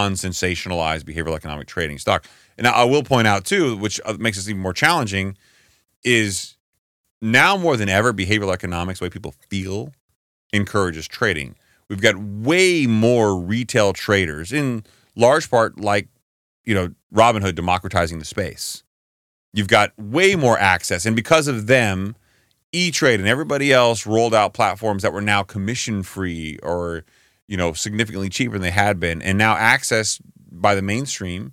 S3: non-sensationalized behavioral economic trading stock. And I will point out too, which uh, makes this even more challenging, is now more than ever, behavioral economics, the way people feel, encourages trading. We've got way more retail traders, in large part like, you know, Robinhood democratizing the space. You've got way more access. And because of them, E Trade and everybody else rolled out platforms that were now commission free or, you know, significantly cheaper than they had been. And now access by the mainstream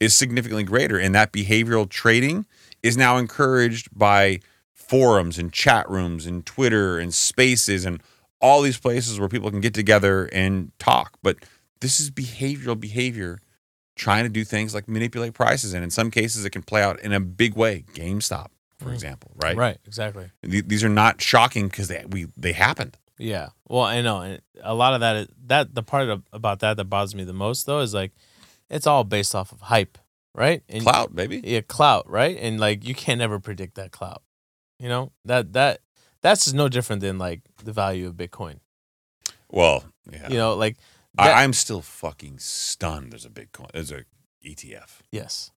S3: is significantly greater. And that behavioral trading is now encouraged by forums and chat rooms and Twitter and spaces and all these places where people can get together and talk. But this is behavioral behavior trying to do things like manipulate prices. And in some cases, it can play out in a big way. GameStop, for
S2: Mm.
S3: example, right?
S2: Right. Exactly.
S3: Th- These are not shocking because they, we, they happened.
S2: Yeah. Well, I know, and a lot of that is that the part of, about that that bothers me the most though is like it's all based off of hype, right? And
S3: Clout, baby.
S2: yeah, clout, right? And like you can never predict that clout. You know that that that's just no different than like the value of Bitcoin.
S3: Well, yeah.
S2: You know, like that-
S3: I, I'm still fucking stunned. There's a Bitcoin, there's a ETF.
S2: yes,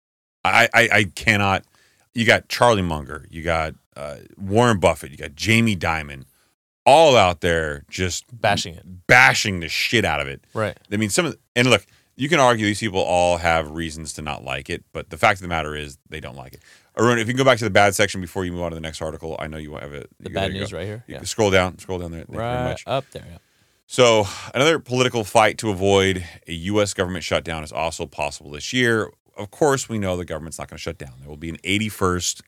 S3: I, I, I cannot. You got Charlie Munger, you got uh, Warren Buffett, you got Jamie Dimon, all out there just
S2: bashing it,
S3: bashing the shit out of it.
S2: right?
S3: I mean, some of the, and look, you can argue these people all have reasons to not like it, but the fact of the matter is they don't like it. Arun, if you can go back to the bad section before you move on to the next article, I know you have it.
S2: The
S3: you- there
S2: bad
S3: you
S2: news
S3: go.
S2: right here.
S3: You
S2: Yeah,
S3: can scroll down, scroll down there. Thank you very
S2: right
S3: much.
S2: up there. Yeah.
S3: So, another political fight to avoid a U.S. government shutdown is also possible this year. Of course, we know the government's not going to shut down. There will be an 81st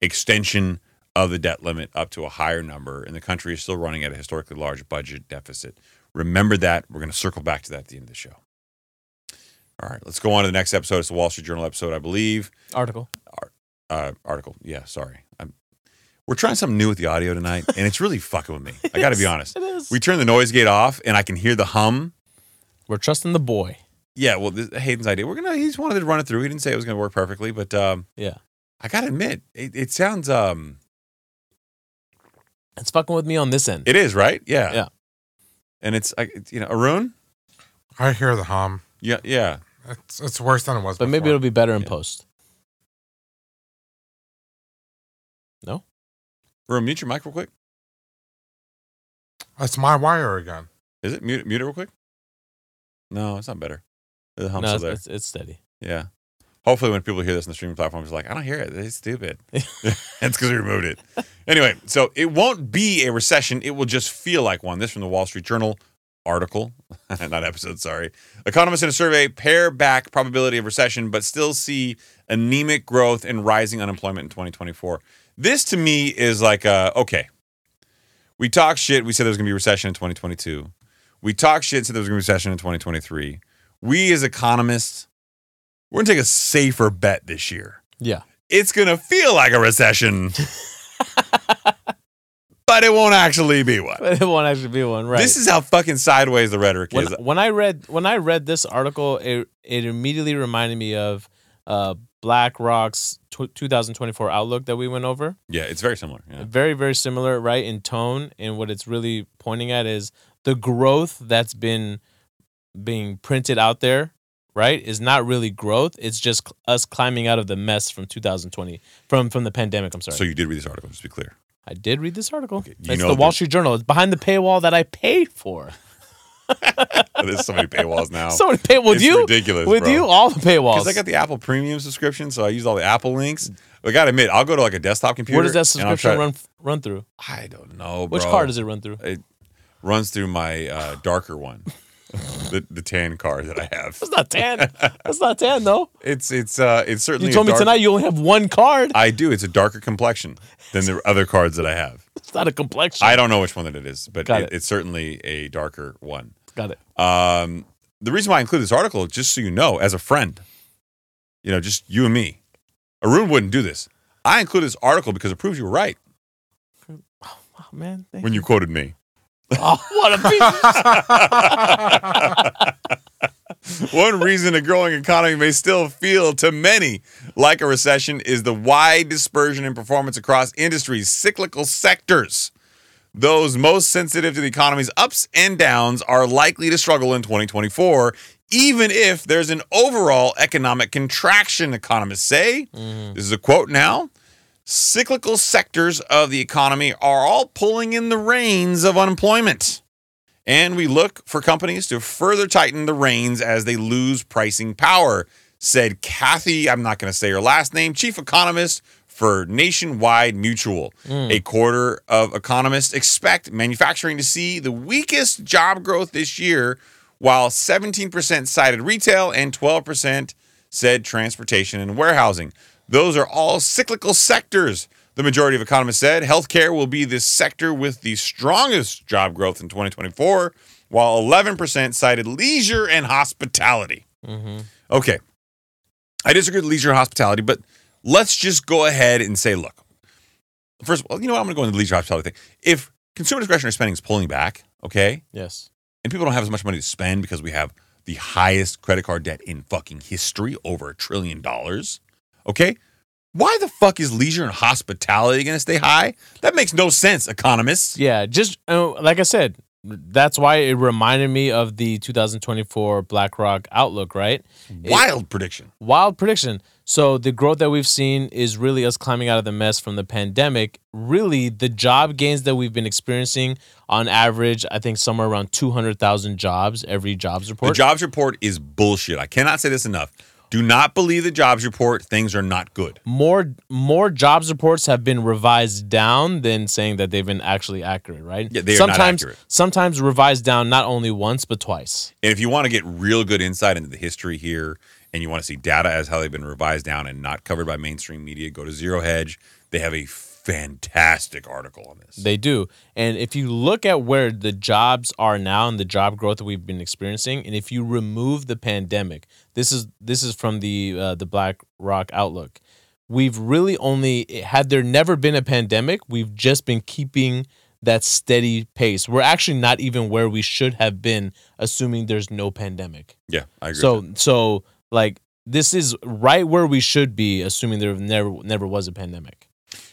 S3: extension of the debt limit up to a higher number, and the country is still running at a historically large budget deficit. Remember that. We're going to circle back to that at the end of the show. All right, let's go on to the next episode. It's the Wall Street Journal episode, I believe.
S2: Article.
S3: Uh, article. Yeah, sorry. I'm, we're trying something new with the audio tonight, and it's really fucking with me. I got to be honest.
S2: It is.
S3: We turn the noise gate off, and I can hear the hum.
S2: We're trusting the boy.
S3: Yeah, well, this, Hayden's idea. We're gonna. He's wanted to run it through. He didn't say it was gonna work perfectly, but um,
S2: Yeah.
S3: I gotta admit, it, it sounds. Um,
S2: It's fucking with me on this end.
S3: it is right. Yeah.
S2: Yeah.
S3: And it's like it's, you know, Arun.
S4: I hear the hum.
S3: Yeah, yeah.
S4: It's it's worse than it was.
S2: but maybe
S4: before.
S2: it'll be better in
S3: Yeah.
S2: post.
S3: Arun, mute your mic real quick.
S4: It's my wire again.
S3: Is it mute? Mute it real quick. No, it's not better. The hum's
S2: no,
S3: still there.
S2: it's, it's steady.
S3: Yeah. Hopefully, when people hear this on the streaming platforms, they're like, I don't hear it. It's stupid. That's because we removed it. Anyway, so it won't be a recession. It will just feel like one. This from the Wall Street Journal article, not episode, sorry. Economists in a survey pare back probability of recession, but still see anemic growth and rising unemployment in 2024. This to me is like, uh, okay, We talked shit. We said there was going to be recession in 2022. We talked shit. Said there was going to be recession in 2023. We as economists, we're going to take a safer bet this year.
S2: Yeah.
S3: It's going to feel like a recession, but it won't actually be one.
S2: But it won't actually be one, right?
S3: This is how fucking sideways the rhetoric
S2: when,
S3: is.
S2: when I read when I read this article, it it immediately reminded me of uh, BlackRock's tw 2024 outlook that we went over.
S3: Yeah, it's very similar. Yeah.
S2: Very very similar, right, in tone, and what it's really pointing at is the growth that's been being printed out there, right, is not really growth. It's just cl- us climbing out of the mess from 2020 from from the pandemic. I'm sorry.
S3: So you did read this article, just to be clear.
S2: I did read this article.
S3: you
S2: it's
S3: know
S2: the Wall
S3: that-
S2: Street Journal. It's behind the paywall that I pay for.
S3: There's so many paywalls now.
S2: So many pay with
S3: It's
S2: you,
S3: ridiculous,
S2: with
S3: bro.
S2: you, all the paywalls.
S3: Because I got the Apple Premium subscription, so I used all the Apple links. But I gotta admit, I'll go to like a desktop computer.
S2: Where does that
S3: and I'll
S2: subscription
S3: try-
S2: run run through?
S3: I don't know, bro.
S2: Which card does it run through?
S3: It runs through my uh, darker one, the, the tan card that I have.
S2: That's not tan. That's not tan though.
S3: It's it's uh it's certainly.
S2: You
S3: a
S2: told me
S3: dark-
S2: tonight you only have one card.
S3: I do. It's a darker complexion than the other cards that I have.
S2: It's not a complexion.
S3: I don't know which one that it is, but
S2: Got
S3: it-
S2: it.
S3: it's certainly a darker one.
S2: got it.
S3: Um, the reason why I include this article, just so you know, as a friend, you know, just you and me, Arun wouldn't do this. I include this article because it proves you were right
S2: Oh, man, thank
S3: when you quoted me.
S2: Oh, what a piece. of-
S3: One reason a growing economy may still feel to many like a recession is the wide dispersion in performance across industries, cyclical sectors. Those most sensitive to the economy's ups and downs are likely to struggle in 2024, even if there's an overall economic contraction, economists say. This is a quote now. Cyclical sectors of the economy are all pulling in the reins of unemployment. And we look for companies to further tighten the reins as they lose pricing power, said Kathy, I'm not going to say her last name, chief economist for Nationwide Mutual. A quarter of economists expect manufacturing to see the weakest job growth this year, while 17% cited retail and 12% said transportation and warehousing. Those are all cyclical sectors. The majority of economists said healthcare will be the sector with the strongest job growth in 2024, while 11% cited leisure and hospitality.
S2: Mm-hmm.
S3: Okay. I disagree with leisure and hospitality, but let's just go ahead and say look, first of all, you know what? I'm going to go into the leisure hospitality thing. If consumer discretionary spending is pulling back, okay,
S2: yes.
S3: and people don't have as much money to spend because we have the highest credit card debt in fucking history, over a trillion dollars. Okay? Why the fuck is leisure and hospitality going to stay high? That makes no sense, economists.
S2: Yeah. Just uh, like I said, that's why it reminded me of the 2024 BlackRock outlook. Right. It-
S3: Wild prediction.
S2: Wild prediction. So the growth that we've seen is really us climbing out of the mess from the pandemic. Really, the job gains that we've been experiencing on average, I think somewhere around 200,000 jobs every jobs report.
S3: The jobs report is bullshit. I cannot say this enough. Do not believe the jobs report. Things are not good.
S2: more more jobs reports have been revised down than saying that they've been actually accurate, right?
S3: Yeah, they are not
S2: sometimes,
S3: accurate.
S2: Sometimes revised down not only once but twice.
S3: And if you want to get real good insight into the history here and you want to see data as how they've been revised down and not covered by mainstream media, go to Zero Hedge. They have a fantastic article on this.
S2: They do. And if you look at where the jobs are now and the job growth that we've been experiencing, and if you remove the pandemic, this is this is from the uh, the Black Rock Outlook. We've really only had there never been a pandemic. We've just been keeping that steady pace. We're actually not even where we should have been, assuming there's no pandemic.
S3: yeah, I agree.
S2: So so like this is right where we should be, assuming there never never was a pandemic.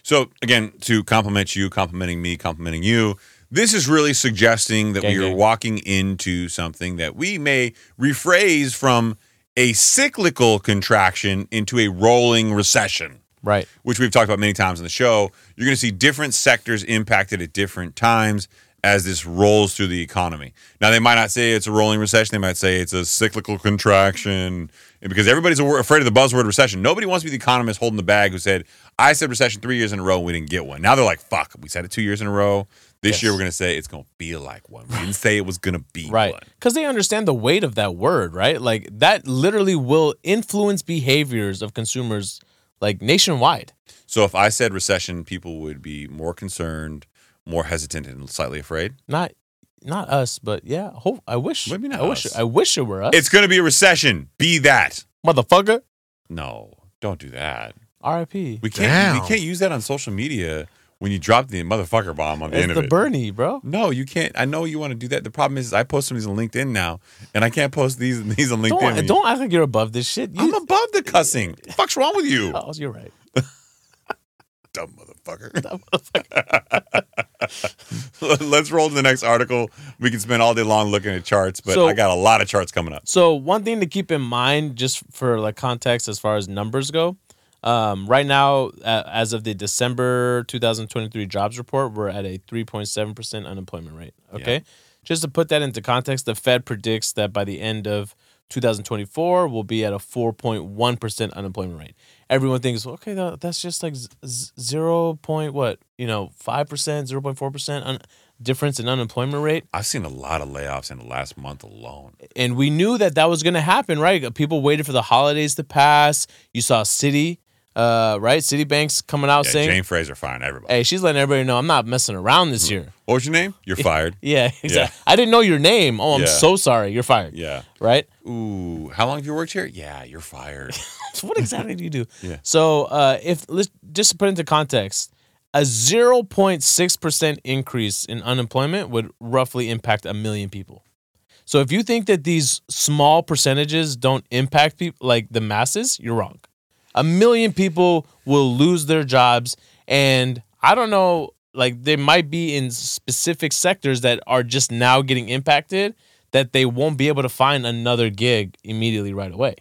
S3: So again, to compliment you, complimenting me, complimenting you, this is really suggesting that
S2: Gang,
S3: we are
S2: gang.
S3: walking into something that we may rephrase from a cyclical contraction into a rolling recession,
S2: Right.
S3: which we've talked about many times on the show. You're going to see different sectors impacted at different times as this rolls through the economy. Now they might not say it's a rolling recession, they might say it's a cyclical contraction and because everybody's aware- afraid of the buzzword recession. Nobody wants to be the economist holding the bag who said, I said recession three years in a row and we didn't get one. Now they're like, fuck, we said it two years in a row. This
S2: Yes.
S3: year we're going to say it's going to be like one. We didn't say it was going to be
S2: Right.
S3: one.
S2: Because they understand the weight of that word, right? Like that literally will influence behaviors of consumers like nationwide.
S3: So if I said recession, people would be more concerned, more hesitant and slightly afraid?
S2: Not not us, but yeah. Hope I wish.
S3: Maybe not
S2: I wish.
S3: us.
S2: I wish it were us.
S3: It's going to be a recession. Be that.
S2: motherfucker.
S3: No, don't do that.
S2: R.I.P.
S3: We can't.
S4: Damn.
S3: We can't use that on social media when you drop the motherfucker bomb on the end
S2: It's
S3: of
S2: the
S3: it.
S2: Bernie, bro.
S3: No, you can't. I know you want to do that. The problem is, I post some of these on LinkedIn now, and I can't post these and these on LinkedIn. when
S2: Don't
S3: you-
S2: don't act like you're above this shit. You,
S3: I'm above the cussing. the fuck's wrong with you,
S2: oh, you're right.
S3: dumb motherfucker? Let's roll to the next article. We can spend all day long looking at charts, but
S2: So-
S3: I got a lot of charts coming up.
S2: So one thing to keep in mind, just for like context as far as numbers go, um, right now uh, as of the December 2023 jobs report, we're at a 3.7 percent unemployment rate. Okay, just to put that into context, the Fed predicts that by the end of 2024 we'll be at a 4.1 percent unemployment rate. Everyone thinks, okay, tha- that's just like z- z- zero point what you know five percent, zero point four percent difference in unemployment rate
S3: I've seen a lot of layoffs in the last month alone.
S2: and we knew that that was going to happen, right? People waited for the holidays to pass. You saw City, uh, right? Citibank's coming out
S3: Yeah,
S2: saying,
S3: Jane Fraser firing everybody.
S2: "Hey, she's letting everybody know I'm not messing around this year."
S3: What was your name? You're fired.
S2: Yeah, exactly. I didn't know your name. Oh, I'm
S3: Yeah.
S2: so sorry. You're fired.
S3: Yeah.
S2: Right?
S3: Ooh, how long have you worked here? Yeah, you're fired.
S2: what exactly do you do?
S3: Yeah.
S2: So, uh, if let's just to put into context, a 0.6% increase in unemployment would roughly impact a million people. So, if you think that these small percentages don't impact people like the masses, you're wrong. A million people will lose their jobs, and I don't know, like they might be in specific sectors that are just now getting impacted that they won't be able to find another gig immediately right away.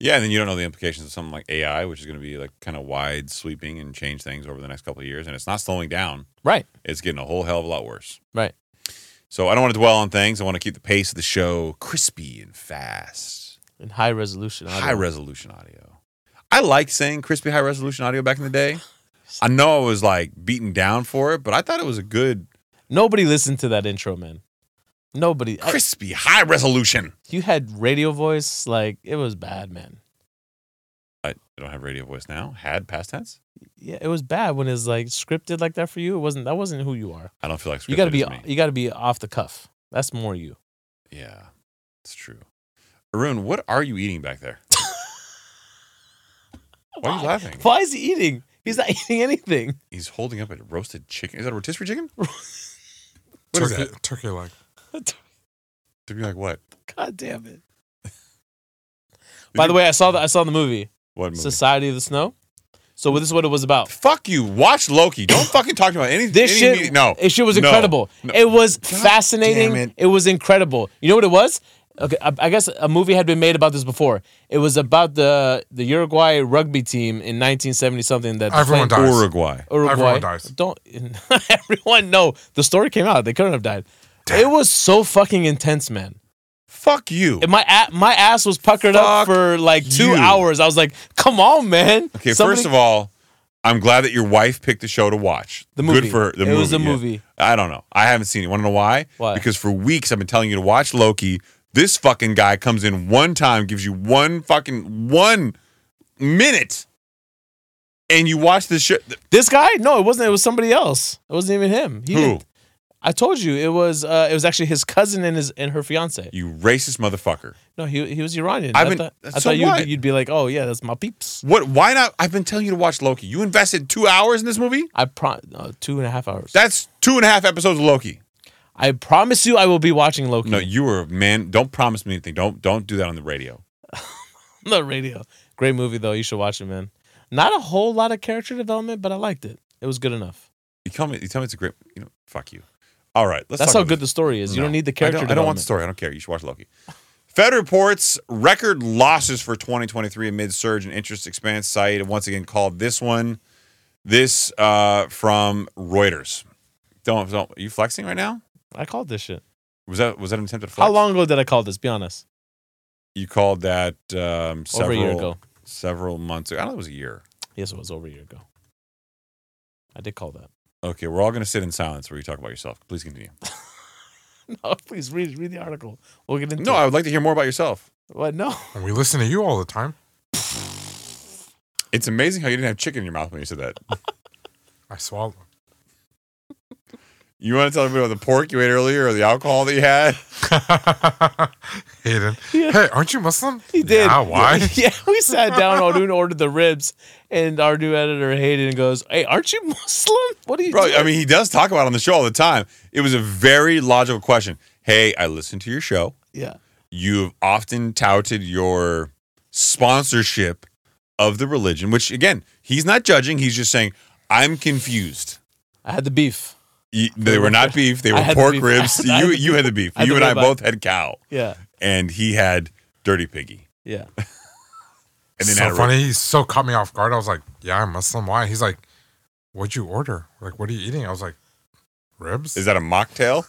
S3: Yeah, and then you don't know the implications of something like AI, which is going to be like kind of wide sweeping and change things over the next couple of years. And it's not slowing down;
S2: Right.
S3: it's getting a whole hell of a lot worse.
S2: Right.
S3: So I don't want to dwell on things. I want to keep the pace of the show crispy and fast,
S2: in high resolution audio.
S3: high resolution audio. I like saying crispy high resolution audio back in the day. I know I was like beaten down for it, but I thought it was a good
S2: Nobody listened to that intro, man. Nobody. I-
S3: crispy high resolution.
S2: you had radio voice, like it was bad, man.
S3: I, I don't have radio voice now. Had past tense.
S2: Yeah, it was bad when it's like scripted like that for you. It wasn't. That wasn't who you are.
S3: I don't feel like
S2: you gotta
S3: scripted
S2: be.
S3: is me.
S2: You gotta be off the cuff. That's more you.
S3: Yeah, it's true. Arun, what are you eating back there? Why are you laughing?
S2: Why is he eating? He's not eating anything.
S3: He's holding up a roasted chicken. Is that a rotisserie chicken? What is
S4: turkey,
S3: that?
S4: turkey leg.
S3: To be like what?
S2: God damn it! By the way, I saw the I saw the movie
S3: what movie?
S2: Society of the Snow. So this is what it was about.
S3: Fuck you. Watch Loki. Don't fucking talk about any.
S2: This
S3: any
S2: shit,
S3: media- No.
S2: this shit was
S3: No.
S2: incredible.
S3: No.
S2: It was
S3: God
S2: fascinating.
S3: damn it.
S2: It. was incredible. You know what it was? Okay, I, I guess a movie had been made about this before. It was about the the Uruguay rugby team in 1970 something that
S4: Everyone
S2: died.
S4: dies.
S3: Uruguay.
S2: Uruguay.
S4: Everyone dies.
S2: Don't everyone know the story came out. They couldn't have died. It was so fucking intense, man.
S3: Fuck you.
S2: And my a- my ass was puckered up
S3: Fuck
S2: for like two
S3: you.
S2: hours. I was like, "Come on, man!"
S3: Okay, first of all, I'm glad that your wife picked the show to watch.
S2: The
S3: Good
S2: movie.
S3: for the
S2: It
S3: movie.
S2: was a
S3: yeah.
S2: movie.
S3: I don't know. I haven't seen it. Want to know why?
S2: Why?
S3: Because for weeks I've been telling you to watch Loki. This fucking guy comes in one time, gives you one fucking one minute, and you watch this shit.
S2: this guy? No, it wasn't. It was somebody else. It wasn't even him. He
S3: Who?
S2: didn't- I told you it was uh, it was actually his cousin and his and her fiance.
S3: You racist motherfucker.
S2: No, he he was Iranian.
S3: I've
S2: I
S3: been-
S2: thought, I
S3: so
S2: thought you'd,
S3: what?
S2: be- you'd be like, oh yeah, that's my peeps.
S3: What? Why not? I've been telling you to watch Loki. You invested two hours in this movie.
S2: I pro uh, two and a half hours.
S3: That's two and a half episodes of Loki.
S2: I promise you, I will be watching Loki
S3: No, you were man. Don't promise me anything. Don't don't do that on the radio.
S2: on the radio. Great movie though. You should watch it, man. Not a whole lot of character development, but I liked it. It was good enough.
S3: You tell me. You tell me it's a great. You know. Fuck you. All right. Let's
S2: That's
S3: talk
S2: how
S3: about
S2: good
S3: this.
S2: the story is. You
S3: No.
S2: don't need the
S3: I
S2: character.
S3: don't, I don't want the story.
S2: development.
S3: I don't care. You should watch Loki. Fed reports record losses for 2023 amid surge in interest expense. Site once again called this one. This uh, from Reuters. Don't don't. Are you flexing right now?
S2: I called this shit.
S3: Was that was that an attempt at flex?
S2: How long ago did I call this? Be honest.
S3: You called that um,
S2: Over
S3: several
S2: a year ago.
S3: several months ago. I don't know. It was a year.
S2: Yes, it was over a year ago. I did call that.
S3: Okay, we're all going to sit in silence where you talk about yourself. Please continue.
S2: No, please read read the article. We'll get into
S3: No,
S2: it.
S3: I would like to hear more about yourself.
S2: What? No.
S4: And we listen to you all the time.
S3: It's amazing how you didn't have chicken in your mouth when you said that.
S4: I swallow.
S3: You want to tell everybody about the pork you ate earlier or the alcohol that you had?
S4: Hayden. Hey, aren't you Muslim?
S2: He did.
S4: Yeah, why?
S2: Yeah, we sat down. Ardoon ordered the ribs, and our new editor Hayden goes, "Hey, aren't you Muslim? What are you?"
S3: Bro,
S2: doing?
S3: I mean, he does talk about it on the show all the time. It was a very logical question. Hey, I listened to your show.
S2: yeah,
S3: You've often touted your sponsorship of the religion, which again, he's not judging. He's just saying, I'm confused.
S2: I had the beef.
S3: You- they were not beef. They
S2: I
S3: were
S2: had the
S3: pork
S2: beef.
S3: ribs.
S2: I had
S3: you
S2: the
S3: you had the beef.
S2: I had
S3: you
S2: the
S3: and I
S2: ribeye.
S3: both had cow,
S2: Yeah,
S3: and he had dirty piggy.
S2: yeah.
S3: And then
S4: so
S3: had a rib.
S4: funny. He so caught me off guard. I was like, "Yeah, I'm Muslim. Why?" He's like, "What'd you order? Like, what are you eating?" I was like, "Ribs."
S3: Is that a mocktail?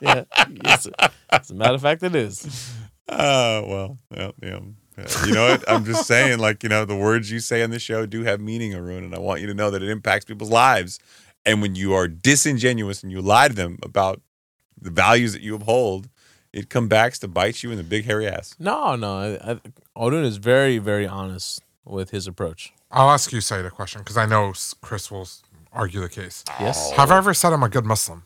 S2: Yeah. Yes. As a matter of fact, it is.
S3: Uh, well, yeah, yeah. Uh, You know what? I'm just saying, like, you know, the words you say on the show do have meaning, Arun, and I want you to know that it impacts people's lives. And when you are disingenuous and you lie to them about the values that you uphold, it comes back to bite you in the big hairy ass.
S2: No, no. I, I, Ardoon is very, very honest with his approach.
S4: I'll ask you, Said, a question because I know s- Chris will s- argue the case.
S3: Oh.
S2: Yes.
S4: Have I ever said I'm a good Muslim?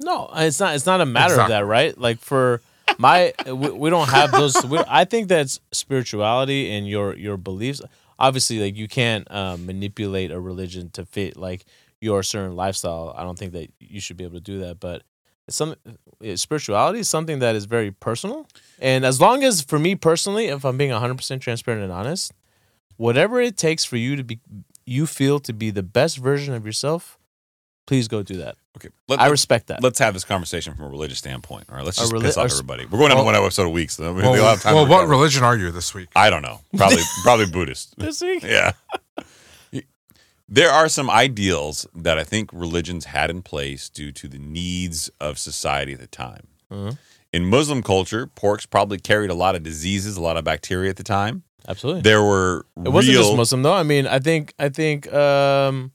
S2: No, it's not. It's not a matter
S4: Exactly.
S2: of that, right? Like for my, we, we don't have those. We, I think that's spirituality and your your beliefs. Obviously, like you can't uh, manipulate a religion to fit like your certain lifestyle. I don't think that you should be able to do that. But it's some eh, spirituality is something that is very personal. And as long as for me personally, if I'm being 100 percent transparent and honest, whatever it takes for you to be, you feel to be the best version of yourself. Please go do that.
S3: Okay. Let,
S2: I respect that.
S3: let's have this conversation from a religious standpoint. All right. Let's
S2: A
S3: just
S2: reli-
S3: piss
S2: a
S3: off
S2: s-
S3: everybody. We're going on
S4: Well-
S3: one episode a week, so we we'll
S4: well,
S3: have time.
S4: well,
S3: to
S4: what
S3: recover.
S4: religion are you this week?
S3: I don't know. Probably, probably Buddhist.
S2: This week?
S3: yeah. There are some ideals that I think religions had in place due to the needs of society at the time.
S2: Mhm.
S3: In Muslim culture, porks probably carried a lot of diseases, a lot of bacteria at the time.
S2: Absolutely.
S3: There were
S2: Hmm. it wasn't
S3: real
S2: just Muslim though. I mean, I think I think um,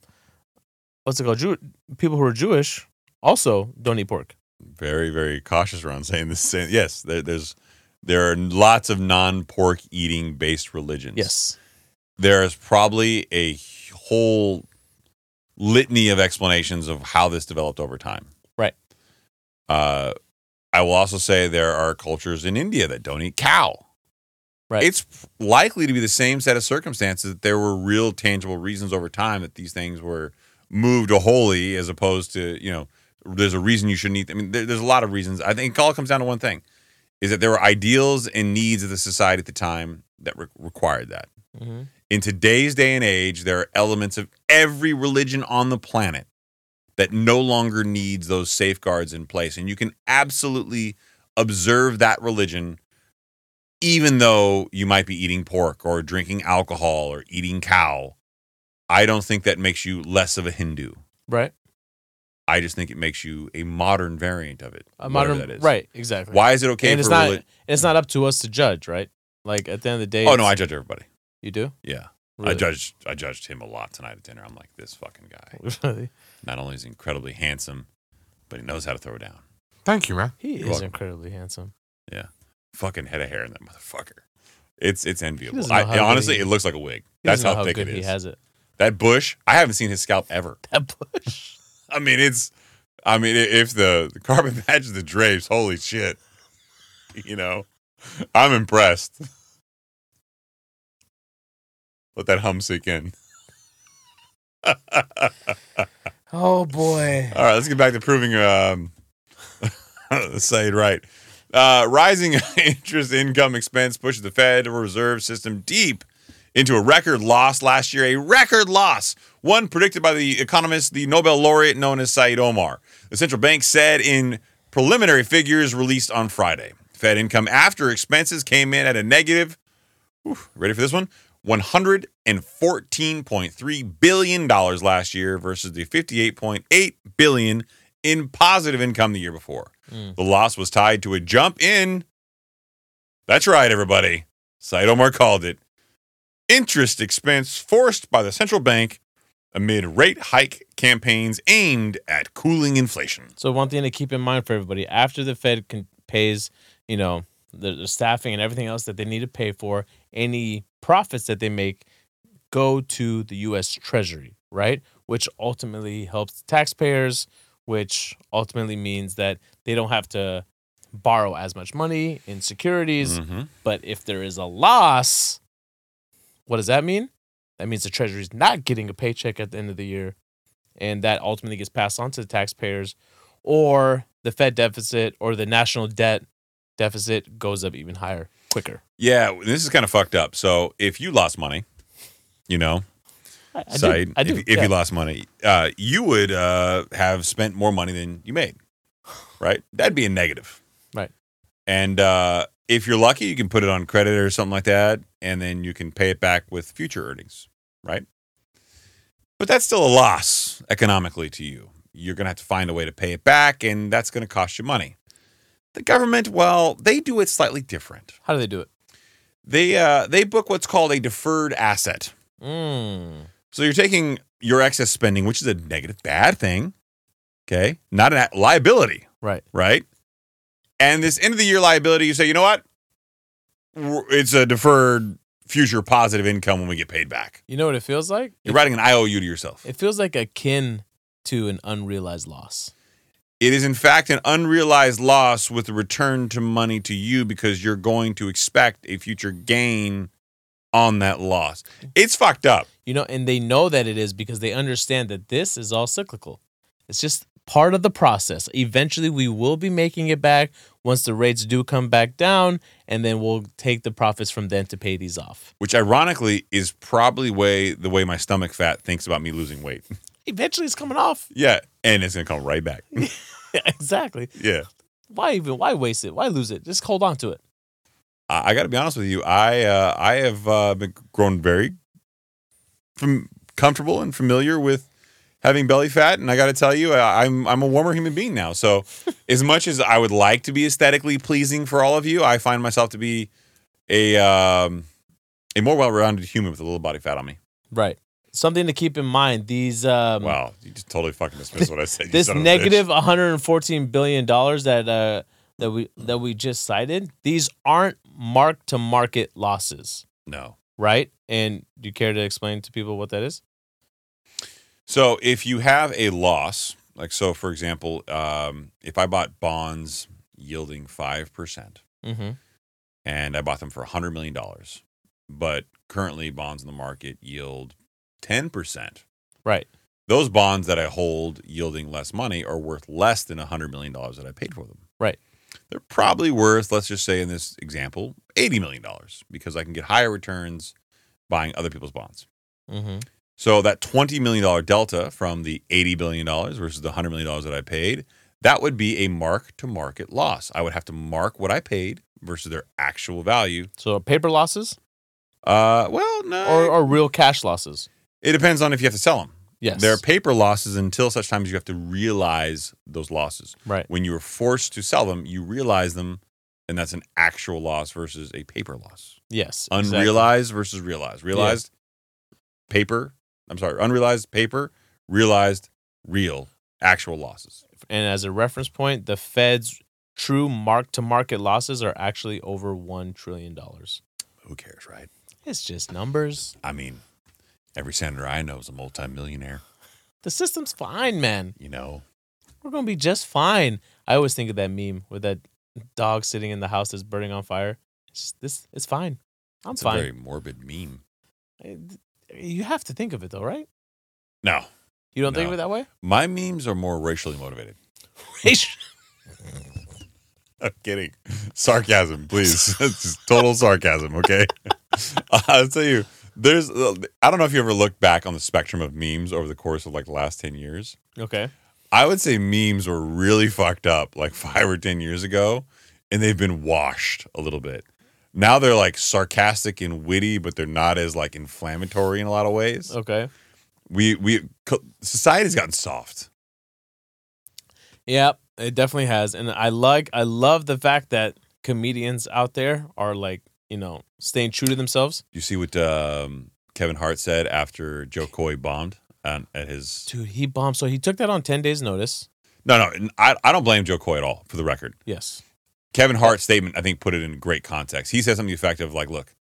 S2: what's it called? Jew- people who are Jewish also don't eat pork.
S3: very very cautious around saying this. Saying, yes, there, there's there are lots of non-pork eating based religions.
S2: Yes.
S3: there is probably a whole litany of explanations of how this developed over time.
S2: Right.
S3: Uh, I will also say there are cultures in India that don't eat cow.
S2: Right.
S3: It's likely to be the same set of circumstances that there were real tangible reasons over time that these things were moved to holy as opposed to, you know, there's a reason you shouldn't eat. I mean, there, there's a lot of reasons. I think it all comes down to one thing is that there were ideals and needs of the society at the time that re- required that.
S2: Mhm.
S3: In today's day and age, there are elements of every religion on the planet that no longer needs those safeguards in place. And you can absolutely observe that religion, even though you might be eating pork or drinking alcohol or eating cow. I don't think that makes you less of a Hindu.
S2: Right.
S3: I just think it makes you a modern variant of it.
S2: A
S3: whatever
S2: modern.
S3: that is.
S2: Right. Exactly.
S3: Why is it okay
S2: and it's
S3: for
S2: not.
S3: reli-
S2: and it's not up to us to judge, right? Like at the end of the day.
S3: Oh no, I
S2: it's-
S3: judge everybody.
S2: You do.
S3: Yeah. I
S2: Really?
S3: judged I judged him a lot tonight at dinner. I'm like, this fucking guy.
S2: Really?
S3: Not only is he incredibly handsome, but he knows how to throw down.
S4: Thank you, man.
S2: He is
S3: welcome.
S2: incredibly handsome.
S3: Fucking head of hair in that motherfucker. It's it's enviable.
S2: doesn't
S3: I,
S2: know how good
S3: honestly,
S2: he-
S3: it looks like a wig.
S2: He
S3: That's
S2: doesn't know
S3: how, thick
S2: good
S3: it
S2: He
S3: is.
S2: has it.
S3: That bush, I haven't seen his scalp ever.
S2: That bush.
S3: I mean, it's, I mean, i- if the, the carbon matches the drapes, holy shit, you know, I'm impressed. Let that hum sink in.
S2: oh boy.
S3: All right, let's get back to proving um, Said right. Uh, rising interest income expense pushes the Federal Reserve System deep into a record loss last year, a record loss, one predicted by the economist, the Nobel laureate known as Said Omar. The central bank said in preliminary figures released on Friday. Fed income after expenses came in at a negative ready for this one? $114.3 billion last year versus the $58.8 billion in positive income the year before.
S2: Mm.
S3: The loss was tied to a jump in. That's right, everybody. Said Omar called it. Interest expense forced by the central bank amid rate hike campaigns aimed at cooling inflation.
S2: So one thing to keep in mind for everybody: after the Fed can, pays, you know, the, the staffing and everything else that they need to pay for, any profits that they make go to the U.S. Treasury, right? which ultimately helps taxpayers, which ultimately means that they don't have to borrow as much money in securities.
S3: Mhm.
S2: But if there is a loss, what does that mean? That means the Treasury's not getting a paycheck at the end of the year, and that ultimately gets passed on to the taxpayers, or the Fed deficit or the national debt deficit goes up even higher quicker.
S3: Yeah, this is kind of fucked up. So if you lost money, you know,
S2: I, I
S3: side,
S2: do. I do
S3: if,
S2: yeah.
S3: if you lost money, uh, you would uh, have spent more money than you made, right? That'd be a negative.
S2: Right.
S3: And uh, if you're lucky, you can put it on credit or something like that, and then you can pay it back with future earnings, right? But that's still a loss economically to you. You're going to have to find a way to pay it back, and that's going to cost you money. The government, well, they do it slightly different.
S2: How do they do it?
S3: They uh, they book what's called a deferred asset.
S2: Mm.
S3: So you're taking your excess spending, which is a negative, bad thing. Okay. Not a liability,
S2: Right.
S3: right? And this end of the year liability, you say, you know what? We're- It's a deferred future positive income when we get paid back.
S2: You know what it feels like?
S3: You're writing an IOU to yourself.
S2: It feels like akin to an unrealized loss.
S3: It is, in fact, an unrealized loss with a return to money to you because you're going to expect a future gain on that loss. It's fucked up.
S2: You know, and they know that it is because they understand that this is all cyclical. It's just part of the process. Eventually, we will be making it back once the rates do come back down, and then we'll take the profits from then to pay these off.
S3: Which ironically is probably way the way my stomach fat thinks about me losing weight.
S2: Eventually, it's coming off.
S3: Yeah, and it's gonna come right back.
S2: exactly.
S3: yeah,
S2: Why even? Why waste it? Why lose it? Just hold on to it.
S3: I, I got to be honest with you. I uh, I have uh, been grown very from comfortable and familiar with having belly fat, and I got to tell you, I, I'm I'm a warmer human being now. So, as much as I would like to be aesthetically pleasing for all of you, I find myself to be a um, a more well-rounded human with a little body fat on me.
S2: Right. Something to keep in mind. These um,
S3: Wow, you just totally fucking dismissed what I said. you
S2: this
S3: son of a bitch.
S2: negative 114 billion dollars that uh that we that we just cited these aren't mark to market losses
S3: No.
S2: right and do you care to explain to people what that is
S3: So if you have a loss, like so, for example, um, if I bought bonds yielding five percent
S2: mm-hmm
S3: and I bought them for hundred million dollars, but currently bonds in the market yield ten percent.
S2: right
S3: Those bonds that I hold yielding less money are worth less than hundred million dollars that I paid for them.
S2: Right.
S3: They're probably worth, let's just say in this example, eighty million dollars because I can get higher returns buying other people's bonds.
S2: mm-hmm
S3: So that $20 million delta from the $80 billion versus the $100 million that I paid, that would be a mark to market loss. I would have to mark what I paid versus their actual value.
S2: so paper losses
S3: Uh, well, no.
S2: or, or real cash losses
S3: it depends on if you have to sell them.
S2: yes
S3: There are paper losses until such time as you have to realize those losses.
S2: right
S3: When you are forced to sell them, you realize them, and that's an actual loss versus a paper loss.
S2: yes exactly.
S3: Unrealized versus realized. Realized paper. I'm sorry, unrealized paper, realized real actual losses.
S2: and as a reference point the fed's true mark to market losses are actually over 1 trillion dollars
S3: Who cares, right?
S2: it's just numbers
S3: I mean, every senator I know is a multimillionaire,
S2: the system's fine man
S3: you know.
S2: we're gonna be just fine. I always think of that meme with that dog sitting in the house that's burning on fire. It's just, this it's fine. I'm
S3: it's a
S2: fine.
S3: very morbid meme.
S2: I- You have to think of it though, right?
S3: No,
S2: You don't think of
S3: No.
S2: it that way.
S3: my memes are more racially motivated. I'm kidding. Sarcasm, please. That's just total sarcasm, okay? I'll tell you, there's, uh, I don't know if you ever looked back on the spectrum of memes over the course of like the last 10 years.
S2: okay.
S3: I would say memes were really fucked up like five or 10 years ago, and they've been washed a little bit. Now they're like sarcastic and witty, but they're not as like inflammatory in a lot of ways.
S2: Okay.
S3: We, we, co- society's gotten soft.
S2: Yep. It definitely has, and I like I love the fact that comedians out there are like you know staying true to themselves.
S3: You see what um, Kevin Hart said after Joe Coy bombed on, at his.
S2: Dude, he bombed. So he took that on ten days' notice.
S3: No, no, I, I don't blame Joe Coy at all for the record.
S2: Yes.
S3: Kevin Hart's statement, I think, put it in great context. He said something effective like, look,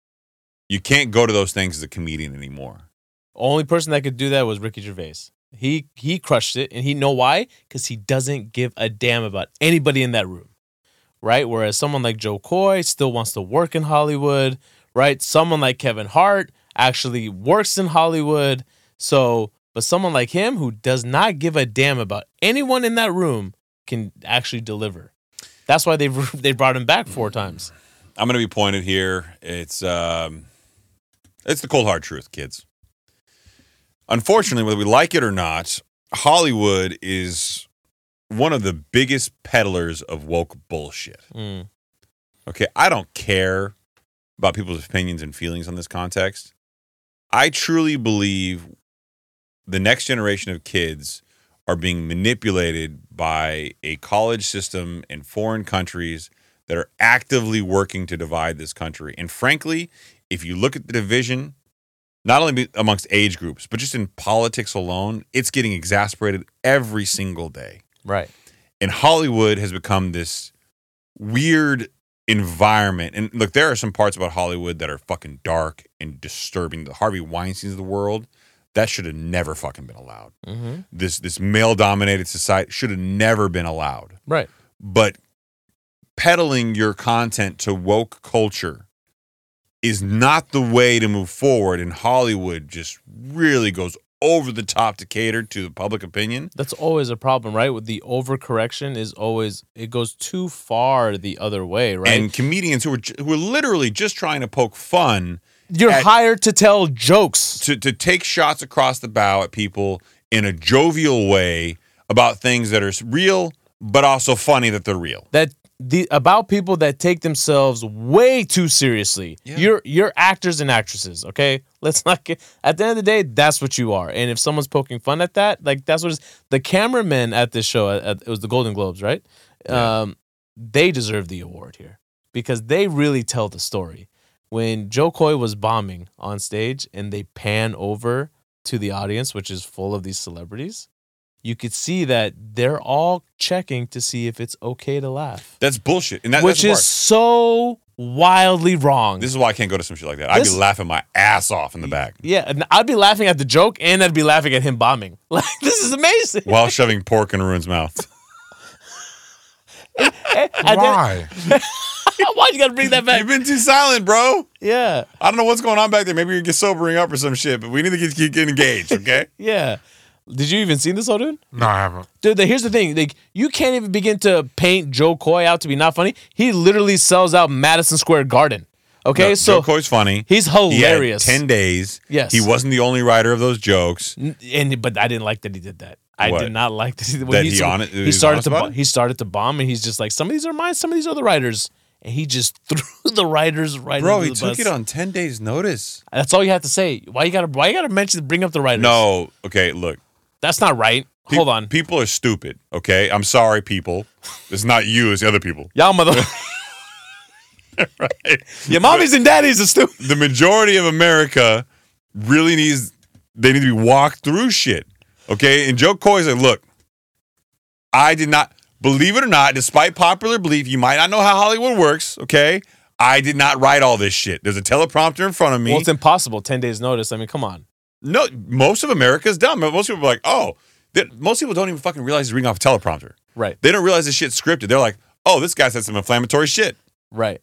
S3: you can't go to those things as a comedian anymore.
S2: Only person that could do that was Ricky Gervais. He he crushed it, and he know why? Because he doesn't give a damn about anybody in that room, right? Whereas someone like Joe Coy still wants to work in Hollywood, right? Someone like Kevin Hart actually works in Hollywood. So, but someone like him who does not give a damn about anyone in that room can actually deliver. That's why they've they brought him back four times.
S3: I'm going to be pointed here. It's um, it's the cold hard truth, kids. Unfortunately, whether we like it or not, Hollywood is one of the biggest peddlers of woke bullshit.
S2: Mm.
S3: Okay, I don't care about people's opinions and feelings on this context. I truly believe the next generation of kids are being manipulated by a college system in foreign countries that are actively working to divide this country. And frankly, if you look at the division, not only be- amongst age groups, but just in politics alone, it's getting exasperated every single day.
S2: Right.
S3: And Hollywood has become this weird environment. And look, there are some parts about Hollywood that are fucking dark and disturbing. The Harvey Weinstein's of the world, that should have never fucking been allowed.
S2: Mm-hmm.
S3: This this male dominated society should have never been allowed.
S2: Right.
S3: But peddling your content to woke culture is not the way to move forward and Hollywood just really goes over the top to cater to the public opinion.
S2: That's always a problem, right? With the overcorrection is always it goes too far the other way, right?
S3: And comedians who are ju- who are literally just trying to poke fun
S2: You're
S3: at-
S2: hired to tell jokes.
S3: to to take shots across the bow at people in a jovial way about things that are real but also funny that they're real.
S2: that the about people that take themselves way too seriously.
S3: Yeah.
S2: You're you're actors and actresses, okay? Let's not get at the end of the day, that's what you are. And if someone's poking fun at that, like that's what it's, the cameramen at this show at, at- it was the Golden Globes, right? Um they deserve the award here because they really tell the story. When Joe Coy was bombing on stage and they pan over to the audience, which is full of these celebrities, you could see that they're all checking to see if it's okay to laugh
S3: That's bullshit. And that,
S2: which is
S3: that's
S2: so wildly wrong.
S3: why- this is why I can't go to some shit like that. I'd be
S2: This-
S3: laughing my ass off in the back
S2: yeah, and I'd be laughing at the joke and I'd be laughing at him bombing. Like this is amazing.
S3: while shoving pork in Ruin's mouth.
S2: And then-
S4: Why?
S2: why you gotta bring that back?
S3: You've been too silent, bro.
S2: Yeah,
S3: I don't know what's going on back there. Maybe you get sobering up or some shit, but we need to get, get, get engaged, okay?
S2: yeah. Did you even see this, whole dude?
S4: No, I haven't.
S2: Dude, the- here's the thing: like, you can't even begin to paint Joe Coy out to be not funny. He literally sells out Madison Square Garden. Okay,
S3: No,
S2: so
S3: Joe Coy's funny.
S2: he's
S3: He had
S2: hilarious.
S3: Ten days.
S2: Yes.
S3: He wasn't the only writer of those jokes.
S2: N- and but I didn't like that he did that. I
S3: What?
S2: did not like that he, when
S3: That
S2: he,
S3: he
S2: sort-
S3: hon- he
S2: he
S3: was
S2: started
S3: honest
S2: to
S3: about
S2: bo-
S3: it?
S2: he started to bomb and he's just like some of these are mine, some of these are the writers, and he just threw the writers right.
S3: Bro,
S2: under
S3: he
S2: the
S3: took
S2: bus.
S3: it on ten days notice.
S2: That's all you have to say. Why you gotta why you gotta mention bring up the writers?
S3: No, okay, look.
S2: that's not right.
S3: Pe-
S2: Hold on,
S3: People are stupid, okay? I'm sorry, people. It's not you, it's the other people.
S2: y'all mother. Your mommies and daddies are stupid.
S3: The majority of America really needs, they need to be walked through shit, okay? And Joe Coy said, look, I did not, believe it or not, despite popular belief, you might not know how Hollywood works, okay? I did not write all this shit. There's a teleprompter in front of me.
S2: Well, it's impossible. Ten days notice. I mean, come on.
S3: no, most of America's dumb. Most people are like, oh, they- most people don't even fucking realize he's reading off a teleprompter.
S2: Right,
S3: They don't realize this shit's scripted. They're like, oh, this guy said some inflammatory shit.
S2: right.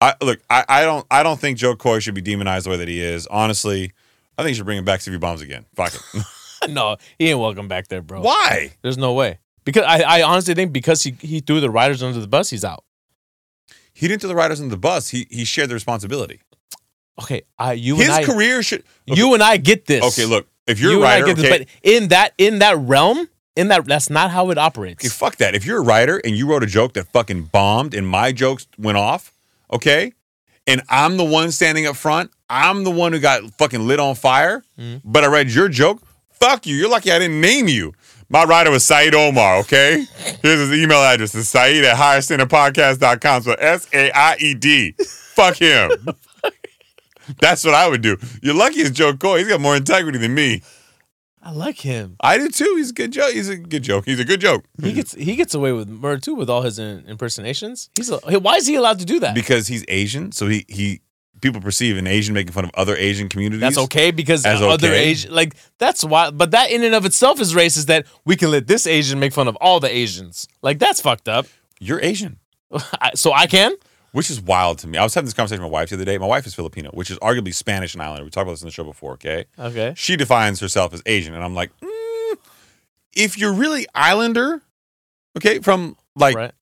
S3: I look, I, I don't I don't think Joe Coy should be demonized the way that he is. Honestly, I think you should bring him back Stevie Bombs again. Fuck it.
S2: no, he ain't welcome back there, bro.
S3: Why?
S2: There's no way. Because I, I honestly think because he, he threw the riders under the bus, he's out.
S3: He didn't throw the riders under the bus. He he shared the responsibility.
S2: Okay, I you
S3: His
S2: and I
S3: career should okay,
S2: you and I get this.
S3: Okay, look, if you're
S2: you
S3: a
S2: and
S3: writer,
S2: I get
S3: okay,
S2: this, but in that in that realm, in that that's not how it operates.
S3: okay, fuck that. If you're a writer and you wrote a joke that fucking bombed and my jokes went off, okay, and I'm the one standing up front, I'm the one who got fucking lit on fire, but I read your joke, fuck you. You're lucky I didn't name you. My writer was Saeed Omar, okay? Here's his email address. It's Saeed at higherstanderpodcast.com. So S A I E D. Fuck him. That's what I would do. You're lucky it's Joe Coy. He's got more integrity than me.
S2: I like him.
S3: I do too. He's a good joke. He's a good joke. He's a good joke.
S2: He gets he gets away with murder too with all his in, impersonations. He's a, why is he allowed to do that?
S3: because he's Asian, so he he people perceive an Asian making fun of other Asian communities.
S2: That's okay because
S3: As
S2: other
S3: okay.
S2: Asian, like that's why. But that in and of itself is racist. That we can let this Asian make fun of all the Asians. Like that's fucked up.
S3: You're Asian,
S2: I- so I can.
S3: which is wild to me. I was having this conversation with my wife the other day. My wife is Filipino, which is arguably Spanish and Islander. We talked about this in the show before, okay?
S2: Okay.
S3: She defines herself as Asian, and I'm like, mm, if you're really Islander, okay, from like
S2: right.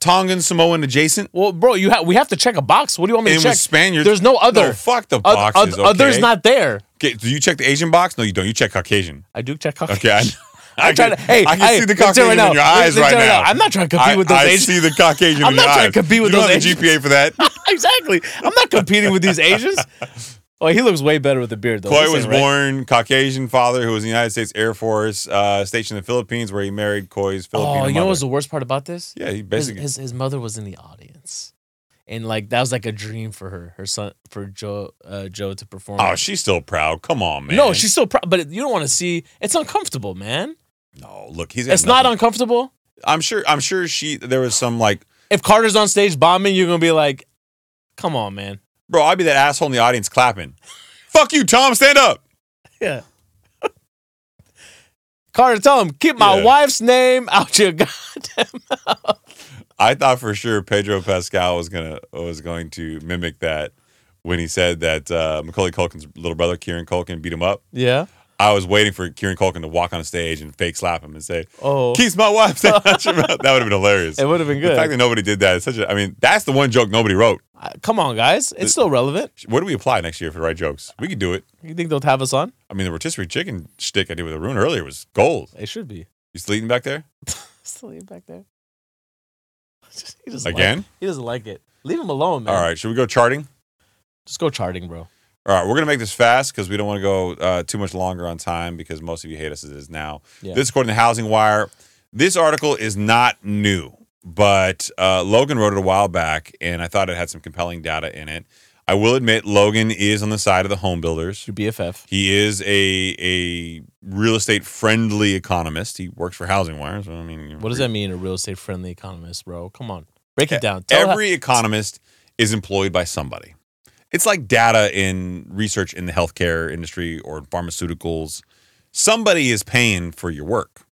S3: Tongan, Samoan adjacent,
S2: Well, bro, you have we have to check a box. What do you want me
S3: and
S2: to
S3: with
S2: check?
S3: Spaniards,
S2: There's no other.
S3: No, fuck the
S2: Oth-
S3: boxes.
S2: oth- Others
S3: okay?
S2: not there.
S3: Okay, do you check the Asian box? No, you don't. You check Caucasian.
S2: I do check.
S3: Okay, I,
S2: I'm trying
S3: can,
S2: to. Hey,
S3: I can
S2: hey,
S3: see the
S2: let's do it
S3: Caucasian
S2: right now.
S3: in your eyes
S2: Let's do it
S3: right
S2: right now.
S3: now.
S2: I'm not trying to compete
S3: I,
S2: with those
S3: I
S2: Asians.
S3: see the Caucasian
S2: I'm
S3: in
S2: not
S3: your
S2: trying to
S3: eyes.
S2: compete with
S3: you
S2: those
S3: don't have
S2: Asians.
S3: the GPA for that.
S2: exactly. I'm not competing with these Asians. Oh, he looks way better with the beard though.
S3: Coy
S2: This
S3: was
S2: ain't right.
S3: born Caucasian father who was in the United States Air Force, uh, stationed in the Philippines, where he married Coy's Filipino
S2: Oh, you know
S3: mother.
S2: what's the worst part about this?
S3: yeah, he
S2: His,
S3: basically
S2: his his mother was in the audience, and like that was like a dream for her. Her son for Joe uh, Joe to perform.
S3: Oh, she's still proud. Come on, man.
S2: no, she's still. Pro- but you don't want to see. It's uncomfortable, man.
S3: no. Look, he's got
S2: It's not
S3: nothing.
S2: uncomfortable.
S3: I'm sure. I'm sure she. There was some like,
S2: If Carter's on stage bombing, you're gonna be like, "Come on, man."
S3: bro, I'd be that asshole in the audience clapping. Fuck you, Tom. Stand up.
S2: Yeah. Carter, tell him keep my
S3: Yeah.
S2: wife's name out your goddamn.
S3: I thought for sure Pedro Pascal was gonna was going to mimic that when he said that uh, Macaulay Culkin's little brother Kieran Culkin beat him up.
S2: Yeah.
S3: I was waiting for Kieran Culkin to walk on stage and fake slap him and say,
S2: Oh,
S3: "Keeps my wife." down out your mouth." That would have been hilarious.
S2: it would have been
S3: The fact that
S2: good.
S3: nobody did that is such a. I mean, that's the one joke nobody wrote.
S2: Uh, Come on, guys. It's still relevant.
S3: Where do we apply next year for the right jokes? We could do it.
S2: You think they'll have us on?
S3: I mean, the rotisserie chicken shtick I did with Arun earlier was gold.
S2: It should be.
S3: You still eating back there
S2: Still leave back there. he doesn't like-
S3: again?
S2: he doesn't like it. Leave him alone, man.
S3: All right, should we go charting?
S2: Just go charting, bro.
S3: All right, we're gonna make this fast because we don't want to go uh, too much longer on time because most of you hate us as it is now.
S2: Yeah.
S3: This, according to Housing Wire, this article is not new, but uh, Logan wrote it a while back, and I thought it had some compelling data in it. I will admit, Logan is on the side of the home builders.
S2: Your BFF.
S3: He is a a real estate friendly economist. He works for Housing Wire, so I mean, you know,
S2: What does that mean, a real estate friendly economist, bro? Come on. Break it down. Tell
S3: Every economist is employed by somebody. It's like data in research in the healthcare industry or in pharmaceuticals. Somebody is paying for your work.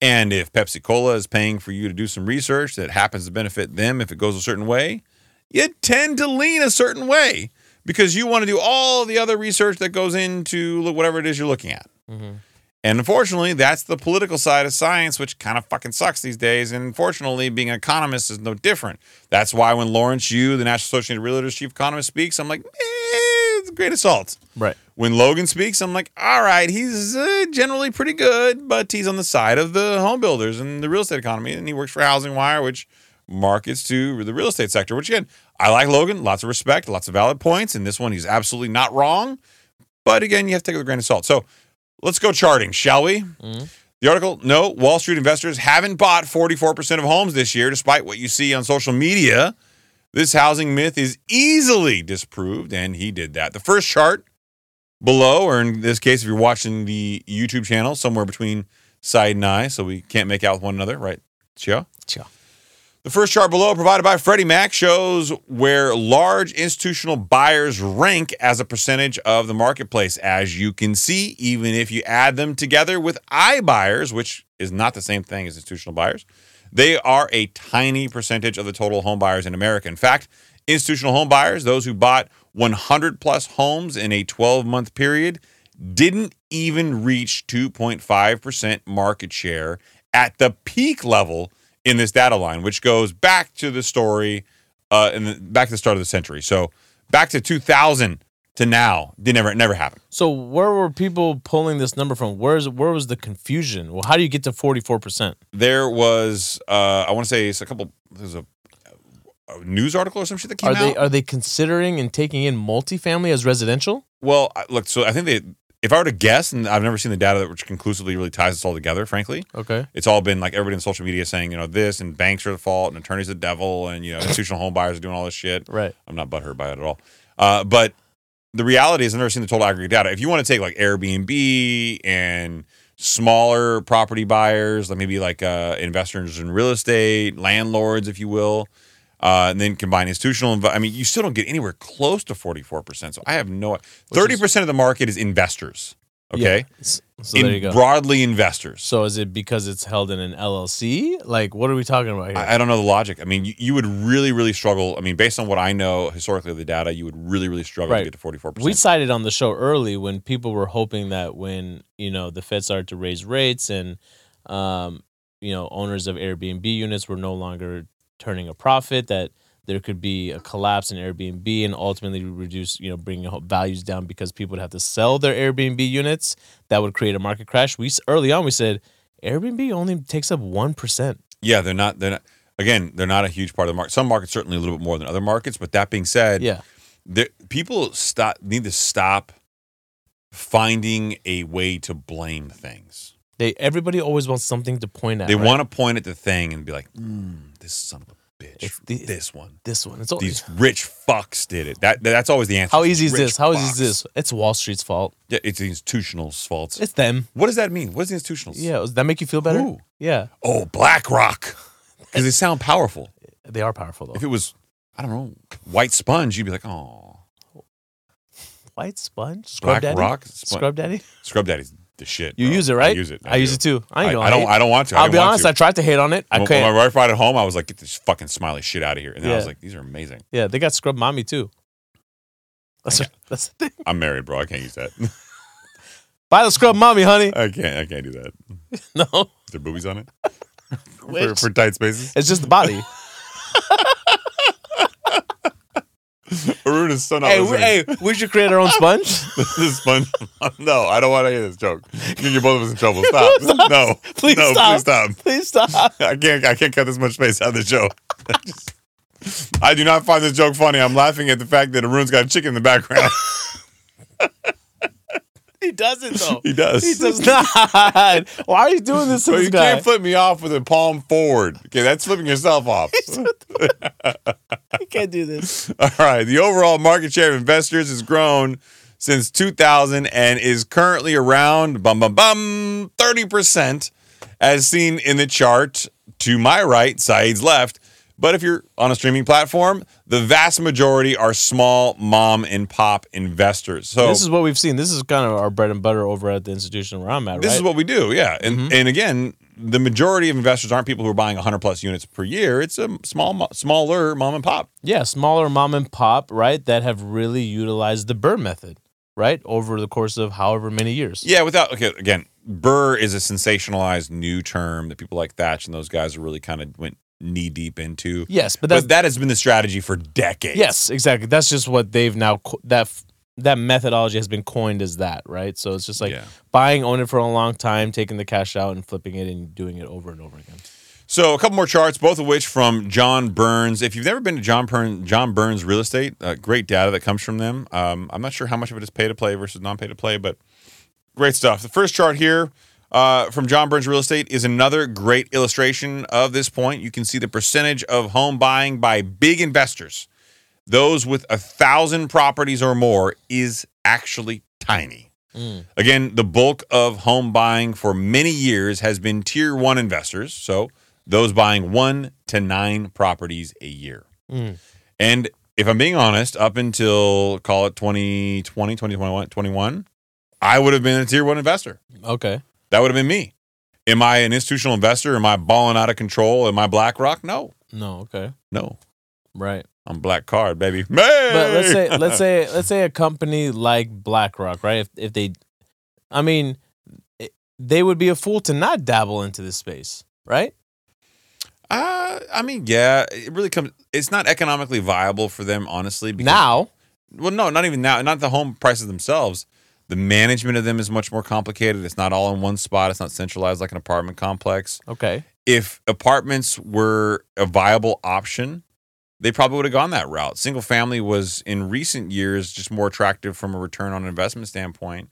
S3: And if Pepsi Cola is paying for you to do some research that happens to benefit them if it goes a certain way, you tend to lean a certain way because you want to do all the other research that goes into whatever it is you're looking at.
S2: Mhm.
S3: And unfortunately, that's the political side of science, which kind of fucking sucks these days. And unfortunately, being an economist is no different. That's why when Lawrence Yu, the National Association of Realtors chief economist, speaks, I'm like, eh, it's a great assault.
S2: Right.
S3: When Logan speaks, I'm like, all right, he's uh, generally pretty good, but he's on the side of the home builders and the real estate economy. And he works for Housing Wire, which markets to the real estate sector, which again, I like Logan, lots of respect, lots of valid points. And this one, he's absolutely not wrong. But again, you have to take it with a grain of salt. So let's go charting, shall we?
S2: Mhm.
S3: The article, no, Wall Street investors haven't bought 44% of homes this year, despite what you see on social media. This housing myth is easily disproved, and he did that. The first chart below, or in this case, if you're watching the YouTube channel, somewhere between side and eye, so we can't make out with one another, right? Chia?
S2: Chia.
S3: The first chart below, provided by Freddie Mac, shows where large institutional buyers rank as a percentage of the marketplace. As you can see, even if you add them together with iBuyers, which is not the same thing as institutional buyers, they are a tiny percentage of the total home buyers in America. In fact, institutional home buyers, those who bought 100 plus homes in a 12 month period, didn't even reach 2.5% market share at the peak level in this data line, which goes back to the story uh, in the, back to the start of the century. So back to 2000 to now, they never it never happened.
S2: So where were people pulling this number from? Where's where was the confusion? Well, how do you get to forty four percent?
S3: There was uh, I want to say it's a couple. There's a, a news article or some shit that came
S2: Are
S3: out.
S2: they uh, are they considering and taking in multifamily as residential?
S3: Well, I- look, so I think they, if I were to guess, and I've never seen the data that which conclusively really ties this all together, frankly,
S2: Okay.
S3: it's all been like everybody on social media saying, you know, this and banks are the fault and attorneys are the devil and, you know, institutional home buyers are doing all this shit.
S2: Right.
S3: I'm not butthurt by it at all. Uh, but the reality is, I've never seen the total aggregate data. If you want to take like Airbnb and smaller property buyers, like maybe like uh, investors in real estate, landlords, if you will, Uh, and then combine institutional. Inv- I mean, you still don't get anywhere close to 44%. So I have no. 30% of the market is investors. Okay.
S2: S- So there
S3: In-
S2: you go.
S3: Broadly investors.
S2: So is it because it's held in an LLC? Like, what are we talking about here?
S3: I, I don't know the logic. I mean, you, you would really, really struggle. I mean, based on what I know historically of the data, you would really, really struggle
S2: Right.
S3: to get to 44%.
S2: we cited on the show early when people were hoping that when you know the Fed started to raise rates and um, you know owners of Airbnb units were no longer turning a profit that there could be a collapse in Airbnb and ultimately reduce you know bringing ho- values down because people would have to sell their Airbnb units that would create a market crash. We s- early on we said Airbnb only takes up one percent.
S3: yeah, they're not, they're not, again, they're not a huge part of the market. Some markets certainly a little bit more than other markets. But that being said,
S2: Yeah,
S3: there, people stop need to stop finding a way to blame things.
S2: they everybody always wants something to point at.
S3: They
S2: right?
S3: want to point at the thing and be like, mm, "This son of a bitch,
S2: It's the-
S3: this one,
S2: this one. It's all,
S3: these rich fucks did it." That that's always the answer.
S2: How easy is
S3: Rich
S2: this? How easy
S3: fucks.
S2: is this? It's Wall Street's fault.
S3: Yeah, it's the institutionals' fault.
S2: It's them.
S3: what does that mean? What is the institutionals?
S2: Yeah. Does that make you feel better?
S3: Who?
S2: Yeah.
S3: Oh, BlackRock, because they sound powerful.
S2: They are powerful though.
S3: If it was, I don't know, White Sponge, you'd be like, "Oh,
S2: White sponge, scrub daddy,
S3: BlackRock, Spon-
S2: scrub daddy.
S3: Scrub Daddy's the shit."
S2: You
S3: bro.
S2: use it, right?
S3: I use it.
S2: I, use
S3: do.
S2: it too. I ain't
S3: I,
S2: gonna.
S3: I don't.
S2: hate.
S3: I don't want to. I
S2: I'll
S3: didn't
S2: be
S3: want
S2: honest.
S3: to.
S2: I tried to hate on it. I
S3: When-
S2: couldn't.
S3: When my wife brought it home, I was like, "Get this fucking smiley shit out of here!" And then I was
S2: Yeah.
S3: like, "These are amazing."
S2: yeah, they got scrub mommy too. That's that's the thing.
S3: I'm married, bro. I can't use that.
S2: Buy the scrub mommy, honey.
S3: I can't. I can't do that. Is
S2: No,
S3: there boobies on it for,
S2: Which-
S3: for tight spaces?
S2: it's just the body.
S3: Arun is so not
S2: hey, we,
S3: listening.
S2: hey, we should create our own sponge.
S3: this is fun. no, I don't want to hear this joke. You get both of us in trouble. Stop. No,
S2: Please
S3: no,
S2: stop.
S3: Please stop.
S2: Please stop.
S3: I can't. I can't cut this much space out of the show. I do not find this joke funny. I'm laughing at the fact that Arun's got a chicken in the background.
S2: He doesn't though.
S3: he does.
S2: He does not. Why are you doing this to
S3: Well,
S2: this
S3: you
S2: guy?
S3: can't flip me off with a palm forward. Okay, that's flipping yourself off.
S2: you can't do this.
S3: All right. The overall market share of investors has grown since 2000 and is currently around bum bum bum 30%, as seen in the chart to my right, Saeed's left. But if you're on a streaming platform, the vast majority are small mom and pop investors. So
S2: This is what we've seen. This is kind of our bread and butter over at the institution where I'm at.
S3: This
S2: right? Mm-hmm.
S3: is what we do, yeah. And and again, the majority of investors aren't people who are buying 100 plus units per year. It's a small, mo- smaller mom and pop.
S2: Yeah, smaller mom and pop, right, that have really utilized the Burr method, right, over the course of however many years.
S3: Yeah, without okay, again, Burr is a sensationalized new term that people like Thatch and those guys are really kind of went knee deep into.
S2: Yes, but that's
S3: But that has been the strategy for decades.
S2: yes, exactly. That's just what they've now co- that f- that methodology has been coined as that, right? So it's just like
S3: Yeah.
S2: buying, owning it for a long time, taking the cash out and flipping it and doing it over and over again.
S3: So a couple more charts, both of which from John Burns. If you've never been to John Burns, John Burns Real Estate, uh, great data that comes from them. Um, I'm not sure how much of it is pay to play versus non pay to play, but great stuff. The first chart here uh, from John Burns Real Estate is another great illustration of this point. You can see the percentage of home buying by big investors. Those with a thousand properties or more is actually tiny. Again, the bulk of home buying for many years has been tier one investors. So those buying one to nine properties a year.
S2: Mm.
S3: And if I'm being honest, up until call it 2020, 2021, 21, I would have been a tier one investor.
S2: Okay.
S3: That would have been me. Am I an institutional investor? Am I balling out of control? Am I BlackRock? No,
S2: No. Okay.
S3: no.
S2: Right.
S3: I'm black card, baby.
S2: But let's
S3: Hey!
S2: say let's say let's say a company like BlackRock, right? If if they, I mean, it- they would be a fool to not dabble into this space, right?
S3: Uh, I mean, yeah, it really comes. It's not economically viable for them, honestly. Because,
S2: now,
S3: well, no, not even now. Not the home prices themselves. The management of them is much more complicated. It's not all in one spot. It's not centralized like an apartment complex.
S2: okay,
S3: If apartments were a viable option, they probably would have gone that route. Single family was in recent years just more attractive from a return on investment standpoint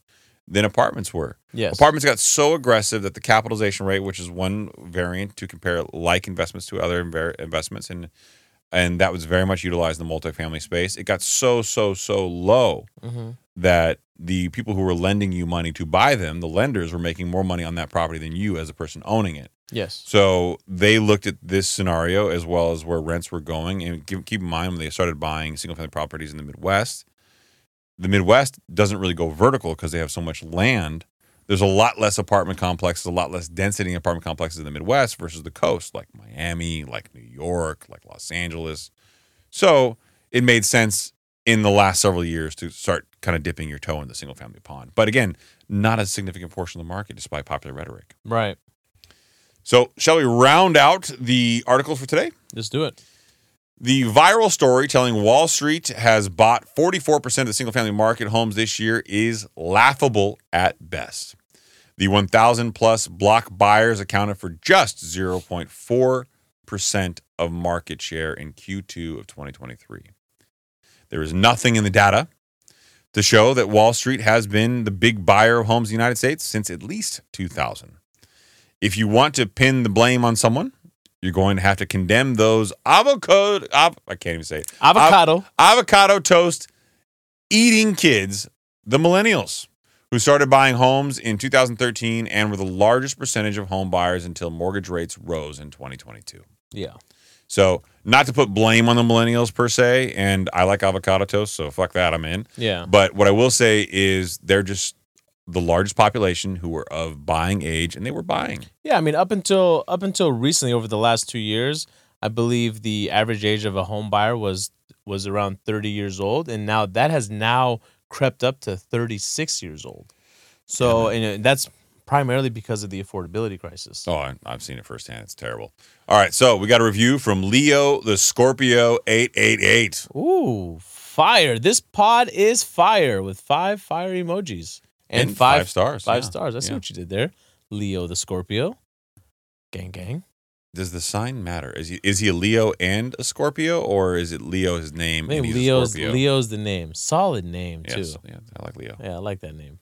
S3: than apartments were.
S2: yes,
S3: Apartments got so aggressive that the capitalization rate, which is one variant to compare like investments to other inver- investments, and and that was very much utilized in the multifamily space. It got so so so low
S2: hmm
S3: that the people who were lending you money to buy them, the lenders, were making more money on that property than you as a person owning it.
S2: Yes.
S3: So they looked at this scenario as well as where rents were going. And keep, keep in mind when they started buying single family properties in the Midwest, the Midwest doesn't really go vertical because they have so much land. There's a lot less apartment complexes, a lot less density in apartment complexes in the Midwest versus the coast, like Miami, like New York, like Los Angeles. So it made sense in the last several years to start kind of dipping your toe in the single family pond. But again, not a significant portion of the market despite popular rhetoric.
S2: Right.
S3: So, shall we round out the articles for today?
S2: Let's do it.
S3: The viral story telling Wall Street has bought 44% of the single family market homes this year is laughable at best. The 1,000 plus block buyers accounted for just 0.4% of market share in Q2 of 2023. There is nothing in the data to show that Wall Street has been the big buyer of homes in the United States since at least 2000. If you want to pin the blame on someone, you're going to have to condemn those avocado. Av- I can't even say it.
S2: Avocado.
S3: Avocado toast eating kids, the millennials, who started buying homes in 2013 and were the largest percentage of home buyers until mortgage rates rose in 2022.
S2: yeah.
S3: So, not to put blame on the millennials per se, and I like avocado toast, so fuck that, I'm in.
S2: Yeah.
S3: But what I will say is they're just the largest population who were of buying age, and they were buying.
S2: Yeah, I mean, up until up until recently, over the last two years, I believe the average age of a home buyer was was around thirty years old, and now that has now crept up to thirty six years old. So, and uh, that's primarily because of the affordability crisis.
S3: Oh, I- I've seen it firsthand. It's terrible. All right, so we got a review from Leo the Scorpio eight eight eight.
S2: Ooh, fire! This pod is fire with five fire emojis and, five five,
S3: stars. yeah.
S2: stars. I see
S3: yeah.
S2: what you did there, Leo the Scorpio. Gang gang.
S3: Does the sign matter? Is he is he a Leo and a Scorpio, or is it Leo his name?
S2: Maybe
S3: and he's a
S2: Leo's
S3: Scorpio?
S2: Leo's the name. Solid name too.
S3: Yes, yeah, I like Leo.
S2: Yeah, I like that name.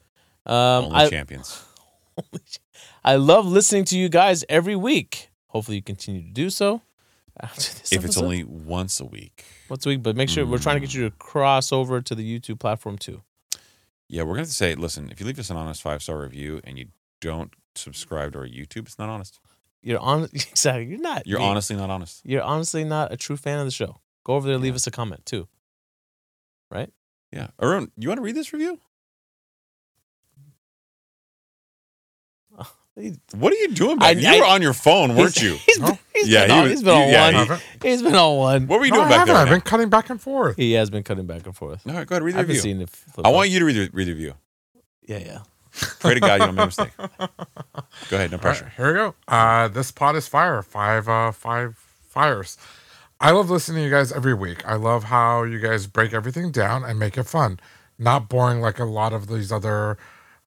S2: Um,
S3: Only
S2: I,
S3: champions.
S2: I love listening to you guys every week. Hopefully, you continue to do so. After this
S3: If it's
S2: episode.
S3: only Mm. once a week,
S2: once a week, but make sure we're trying to get you to cross over to the YouTube platform too.
S3: yeah, we're gonna say. Listen, if you leave us an honest five star review and you don't subscribe to our YouTube, it's not honest.
S2: You're on exactly. You're not.
S3: You're
S2: being-
S3: honestly not honest.
S2: You're honestly not a true fan of the show. Go over there, leave us a comment too.
S3: Yeah. Arun, you want to read this review? What are you doing,
S2: I-
S3: back? You were
S2: I-
S3: on your phone, weren't
S2: He's-
S3: you?
S2: He's
S4: No?
S2: been, he's
S3: Yeah,
S2: been
S3: he
S2: on,
S3: was-
S2: he's been on
S3: yeah,
S2: one.
S4: Haven't-
S2: he's been on one.
S3: What were you
S4: No,
S3: doing
S4: I
S3: back
S4: haven't.
S3: there?
S4: I've been cutting back and forth.
S2: He has been cutting back and forth.
S3: All right, go ahead, read
S2: I
S3: the
S2: haven't
S3: review.
S2: seen it.
S3: I want you to read the, read the review.
S2: Yeah, yeah.
S3: Pray to God you don't make a mistake. Go ahead, no
S4: All right,
S3: pressure.
S4: here we go. Uh, this pot is fire. Five, uh, five fires. I love listening to you guys every week. I love how you guys break everything down and make it fun, not boring like a lot of these other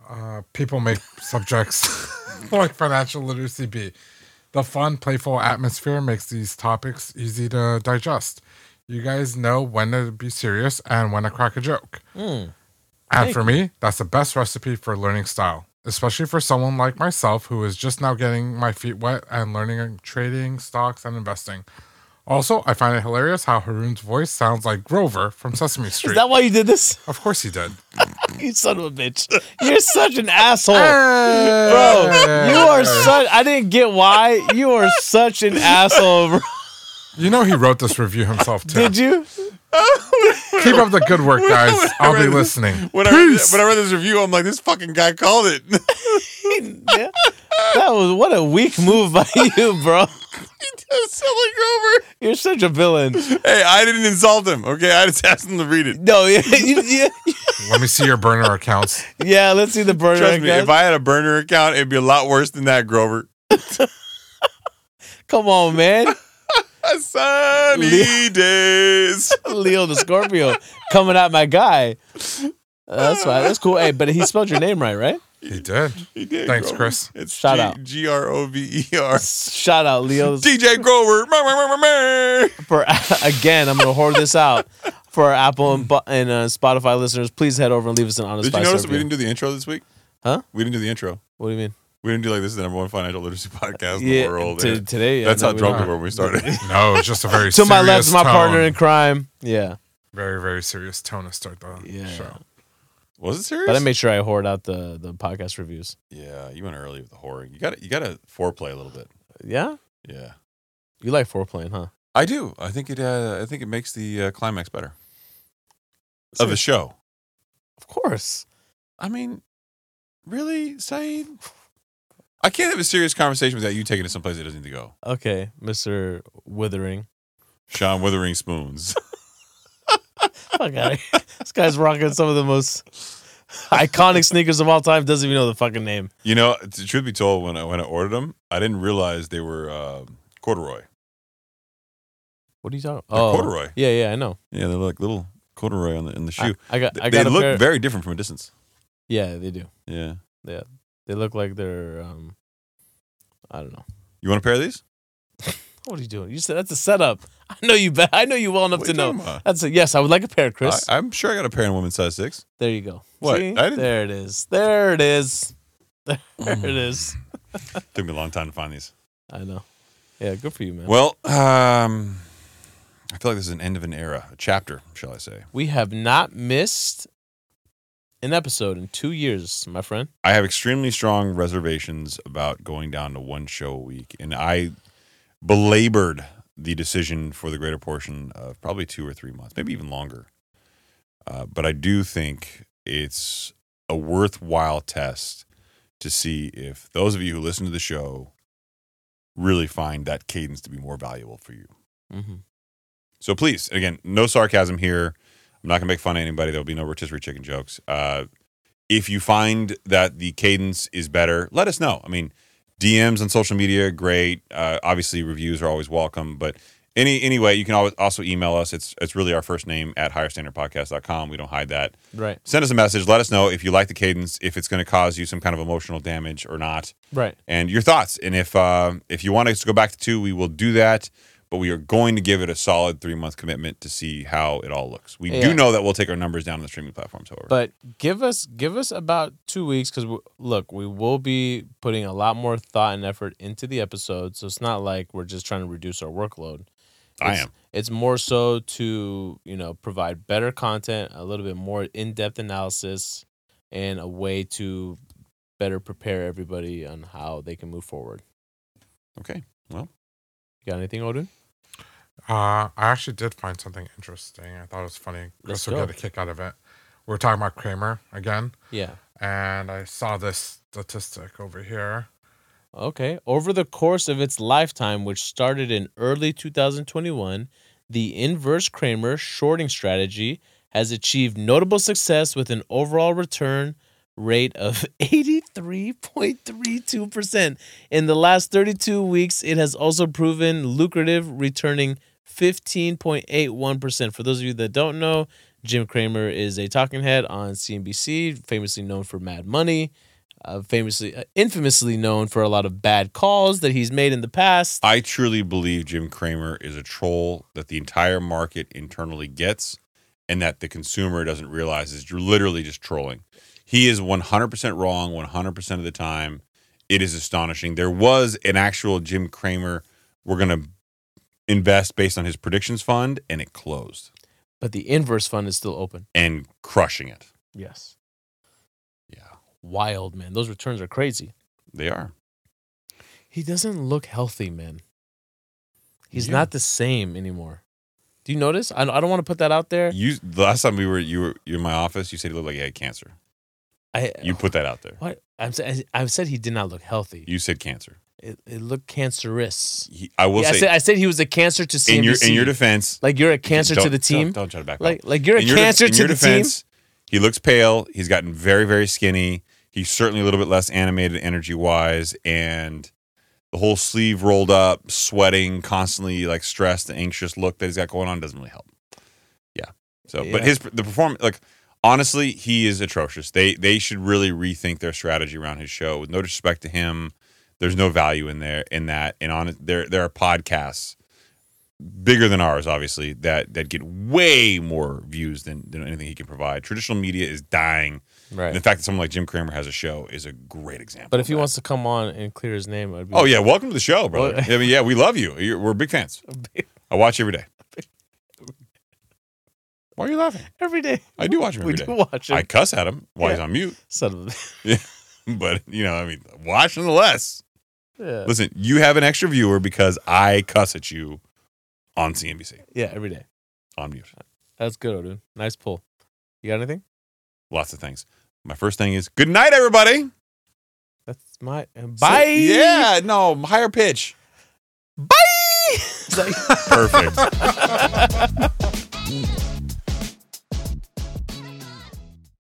S4: uh, people make subjects like financial literacy be. The fun, playful atmosphere makes these topics easy to digest. You guys know when to be serious and when to crack a joke. And for me, that's the best recipe for learning style, especially for someone like myself who is just now getting my feet wet and learning trading, stocks, and investing. Also, I find it hilarious how Haroon's voice sounds like Grover from Sesame Street.
S2: Is that why you did this?
S4: of course he did.
S2: You son of a bitch. You're such an asshole.
S4: Bro,
S2: Bro, you are such. I didn't get why you are such an asshole. Bro.
S4: You know he wrote this review himself too.
S2: Did you?
S4: Keep up the good work, guys. I'll be
S3: Wait, wait.
S4: listening.
S3: When I, read, when I read this review, I'm like, this fucking guy called it.
S2: Yeah. That was what a weak move by you, bro.
S3: Silly Grover.
S2: You're such a villain.
S3: Hey, I didn't insult him, okay? I just asked him to read it.
S2: No, yeah, you- yeah,
S4: Let me see your burner accounts.
S2: yeah. Let's see the burner.
S3: Trust me,
S2: account.
S3: if I had a burner account, it'd be a lot worse than that, Grover.
S2: Come on, man.
S3: Sunny days.
S2: Leo the Scorpio coming at my guy. Uh, that's fine. That's cool. Hey, but he spelled your name right, right?
S4: He did.
S3: He did,
S4: Thanks,
S3: Grover.
S4: Chris.
S3: It's
S2: Shout out.
S3: G R O V E R.
S2: Shout out, Leo.
S3: DJ Grover. Mer, mer, mer, mer, mer.
S2: for again, I'm gonna hoard this out for our Apple and, Bu- and uh, Spotify listeners. Please head over and leave us an honest.
S3: Did you
S2: five-star
S3: notice that we
S2: review.
S3: didn't do the intro this week?
S2: Huh?
S3: We didn't do the intro.
S2: What do you mean?
S3: We didn't do like this is the number one financial literacy podcast in the world.
S2: to-
S3: Yeah.
S2: today. yeah,
S3: That's
S2: no,
S3: how
S2: we
S3: drunk we
S2: don't.
S3: were when we started.
S4: No, it's just a very
S2: To my left
S4: serious
S2: is my partner
S4: tone.
S2: in crime. Yeah,
S4: very very serious tone to start the
S2: Yeah.
S4: show.
S3: Was it serious?
S2: but I made sure I hoard out the the podcast reviews.
S3: yeah, you went early with the horror. You got to you got to foreplay a little bit.
S2: Yeah,
S3: Yeah,
S2: you like foreplay, huh?
S3: I do. I think it. Uh, I think it makes the uh, climax better of the
S2: Seriously.
S3: show.
S2: Of course.
S3: I mean, really, Saeed? I can't have a serious conversation without you taking it someplace it doesn't need to go.
S2: Okay, Mister Withering.
S3: Sean Withering Spoons.
S2: Fuck outta here. this guy's rocking some of the most iconic sneakers of all time. Doesn't even know the fucking name.
S3: You know, t- truth be told, when I when I ordered them, I didn't realize they were uh, corduroy.
S2: What are you talking? oh.
S3: They're corduroy.
S2: Yeah, yeah, I know.
S3: Yeah, they're like little corduroy on the in the
S2: I-
S3: shoe.
S2: I, got. I
S3: they
S2: got a
S3: look
S2: pair-
S3: very different from a distance.
S2: Yeah, they do.
S3: Yeah,
S2: They look like they're. um I don't know.
S3: you want a pair of these?
S2: What are you doing? You said that's a setup. I know you. Be- I know you well enough
S3: What
S2: to
S3: are you
S2: know.
S3: talking about?
S2: That's a yes. I would like a pair, Chris.
S3: I, I'm sure I got a pair in women's size six.
S2: There you go.
S3: What?
S2: See?
S3: I didn't-
S2: There it is. There it is. There it is.
S3: Took me a long time to find these.
S2: I know. Yeah, good for you, man.
S3: Well, um, I feel like this is an end of an era, a chapter, shall I say?
S2: we have not missed an episode in two years, my friend.
S3: I have extremely strong reservations about going down to one show a week, and I belabored the decision for the greater portion of probably two or three months, maybe even longer. Uh, but I do think it's a worthwhile test to see if those of you who listen to the show really find that cadence to be more valuable for you.
S2: Mm-hmm.
S3: So please, again, no sarcasm here. I'm not gonna make fun of anybody. There'll be no rotisserie chicken jokes. Uh, if you find that the cadence is better, let us know. I mean, DMs on social media, great. Uh, obviously, reviews are always welcome. But any anyway, you can always also email us. It's it's really our first name at higherstandardpodcast.com. We don't hide that
S2: Right.
S3: send us a message. Let us know if you like the cadence, if it's going to cause you some kind of emotional damage or not,
S2: Right.
S3: and your thoughts. And if uh, if you want us to go back to two, we will do that. But we are going to give it a solid three month commitment to see how it all looks. We
S2: Yeah.
S3: do know that we'll take our numbers down on the streaming platforms, however.
S2: But give us give us about two weeks because we, look, we will be putting a lot more thought and effort into the episode. So it's not like we're just trying to reduce our workload.
S3: I
S2: It's-
S3: am.
S2: It's more so to you know provide better content, a little bit more in depth analysis, and a way to better prepare everybody on how they can move forward.
S3: Okay.
S2: You got anything, Odin?
S4: Uh, I actually did find something interesting. I thought it was funny.
S2: Let's
S4: Chris will
S2: go.
S4: get a kick out of it. We We're talking about Kramer again,
S2: Yeah.
S4: and I saw this statistic over here.
S2: Okay. Over the course of its lifetime, which started in early 2021, the inverse Kramer shorting strategy has achieved notable success with an overall return rate of 83.32%. In the last 32 weeks, it has also proven lucrative, returning 15.81%. For those of you that don't know, Jim Kramer is a talking head on CNBC, famously known for Mad Money uh, famously, uh, infamously known for a lot of bad calls that he's made in the past.
S3: I truly believe Jim Cramer is a troll that the entire market internally gets and that the consumer doesn't realize is you're literally just trolling. He is 100% wrong 100% of the time. It is astonishing. There was an actual Jim Cramer, we're going to invest based on his predictions fund, and it closed
S2: But the inverse fund is still open.
S3: and crushing it.
S2: Yes.
S3: Yeah,
S2: Wild, man. Those returns are crazy.
S3: they are.
S2: He doesn't look healthy, man. He's
S3: Yeah.
S2: not the same anymore. Do you notice? I, I don't want to put that out there.
S3: You the last time we were you were you were in my office, you said he looked like he had cancer.
S2: I,
S3: You put that out there.
S2: what? I'm, sa- I've said he did not look healthy.
S3: You said cancer.
S2: It, it looked cancerous.
S3: He, I will
S2: Yeah, I,
S3: say
S2: said, I said he was a cancer to CNBC.
S3: in your in your defense,
S2: like you're a cancer to
S3: Don't-
S2: the team.
S3: Don't, don't try to back
S2: like
S3: up.
S2: like you're a
S3: In your de-
S2: cancer
S3: in
S2: to
S3: your
S2: the team.
S3: defense, He looks pale. He's gotten very very skinny. He's certainly a little bit less animated energy wise, and the whole sleeve rolled up, sweating, constantly like stressed, and anxious look that he's got going on doesn't really help. Yeah. So, but
S2: Yeah.
S3: his the performance like. Honestly, he is atrocious. They they should really rethink their strategy around his show. With no disrespect to him, there's no value in there in that. And on there there are podcasts bigger than ours, obviously, that that get way more views than, than anything he can provide. Traditional media is dying. And the
S2: Right.
S3: fact that someone like Jim Cramer has a show is a great example.
S2: But if
S3: of
S2: he
S3: that.
S2: wants to come on and clear his name, I'd be
S3: oh yeah, welcome to the show, brother.
S2: Well-
S3: I mean, yeah, we love you. You're, we're big fans. I watch every day. Why are you laughing?
S2: every day.
S3: I do watch him
S2: We
S3: every
S2: do
S3: day.
S2: watch him.
S3: I cuss at him while he's
S2: Yeah.
S3: on mute,
S2: Son of a-
S3: but you know, I mean, watch nonetheless.
S2: Yeah.
S3: Listen, you have an extra viewer because I cuss at you on CNBC
S2: Yeah, every day.
S3: on mute.
S2: That's good, Odin. Nice pull. You got anything?
S3: Lots of things. My first thing is good night, everybody.
S2: That's my bye.
S3: So- yeah, no, higher pitch.
S2: Bye.
S3: Perfect.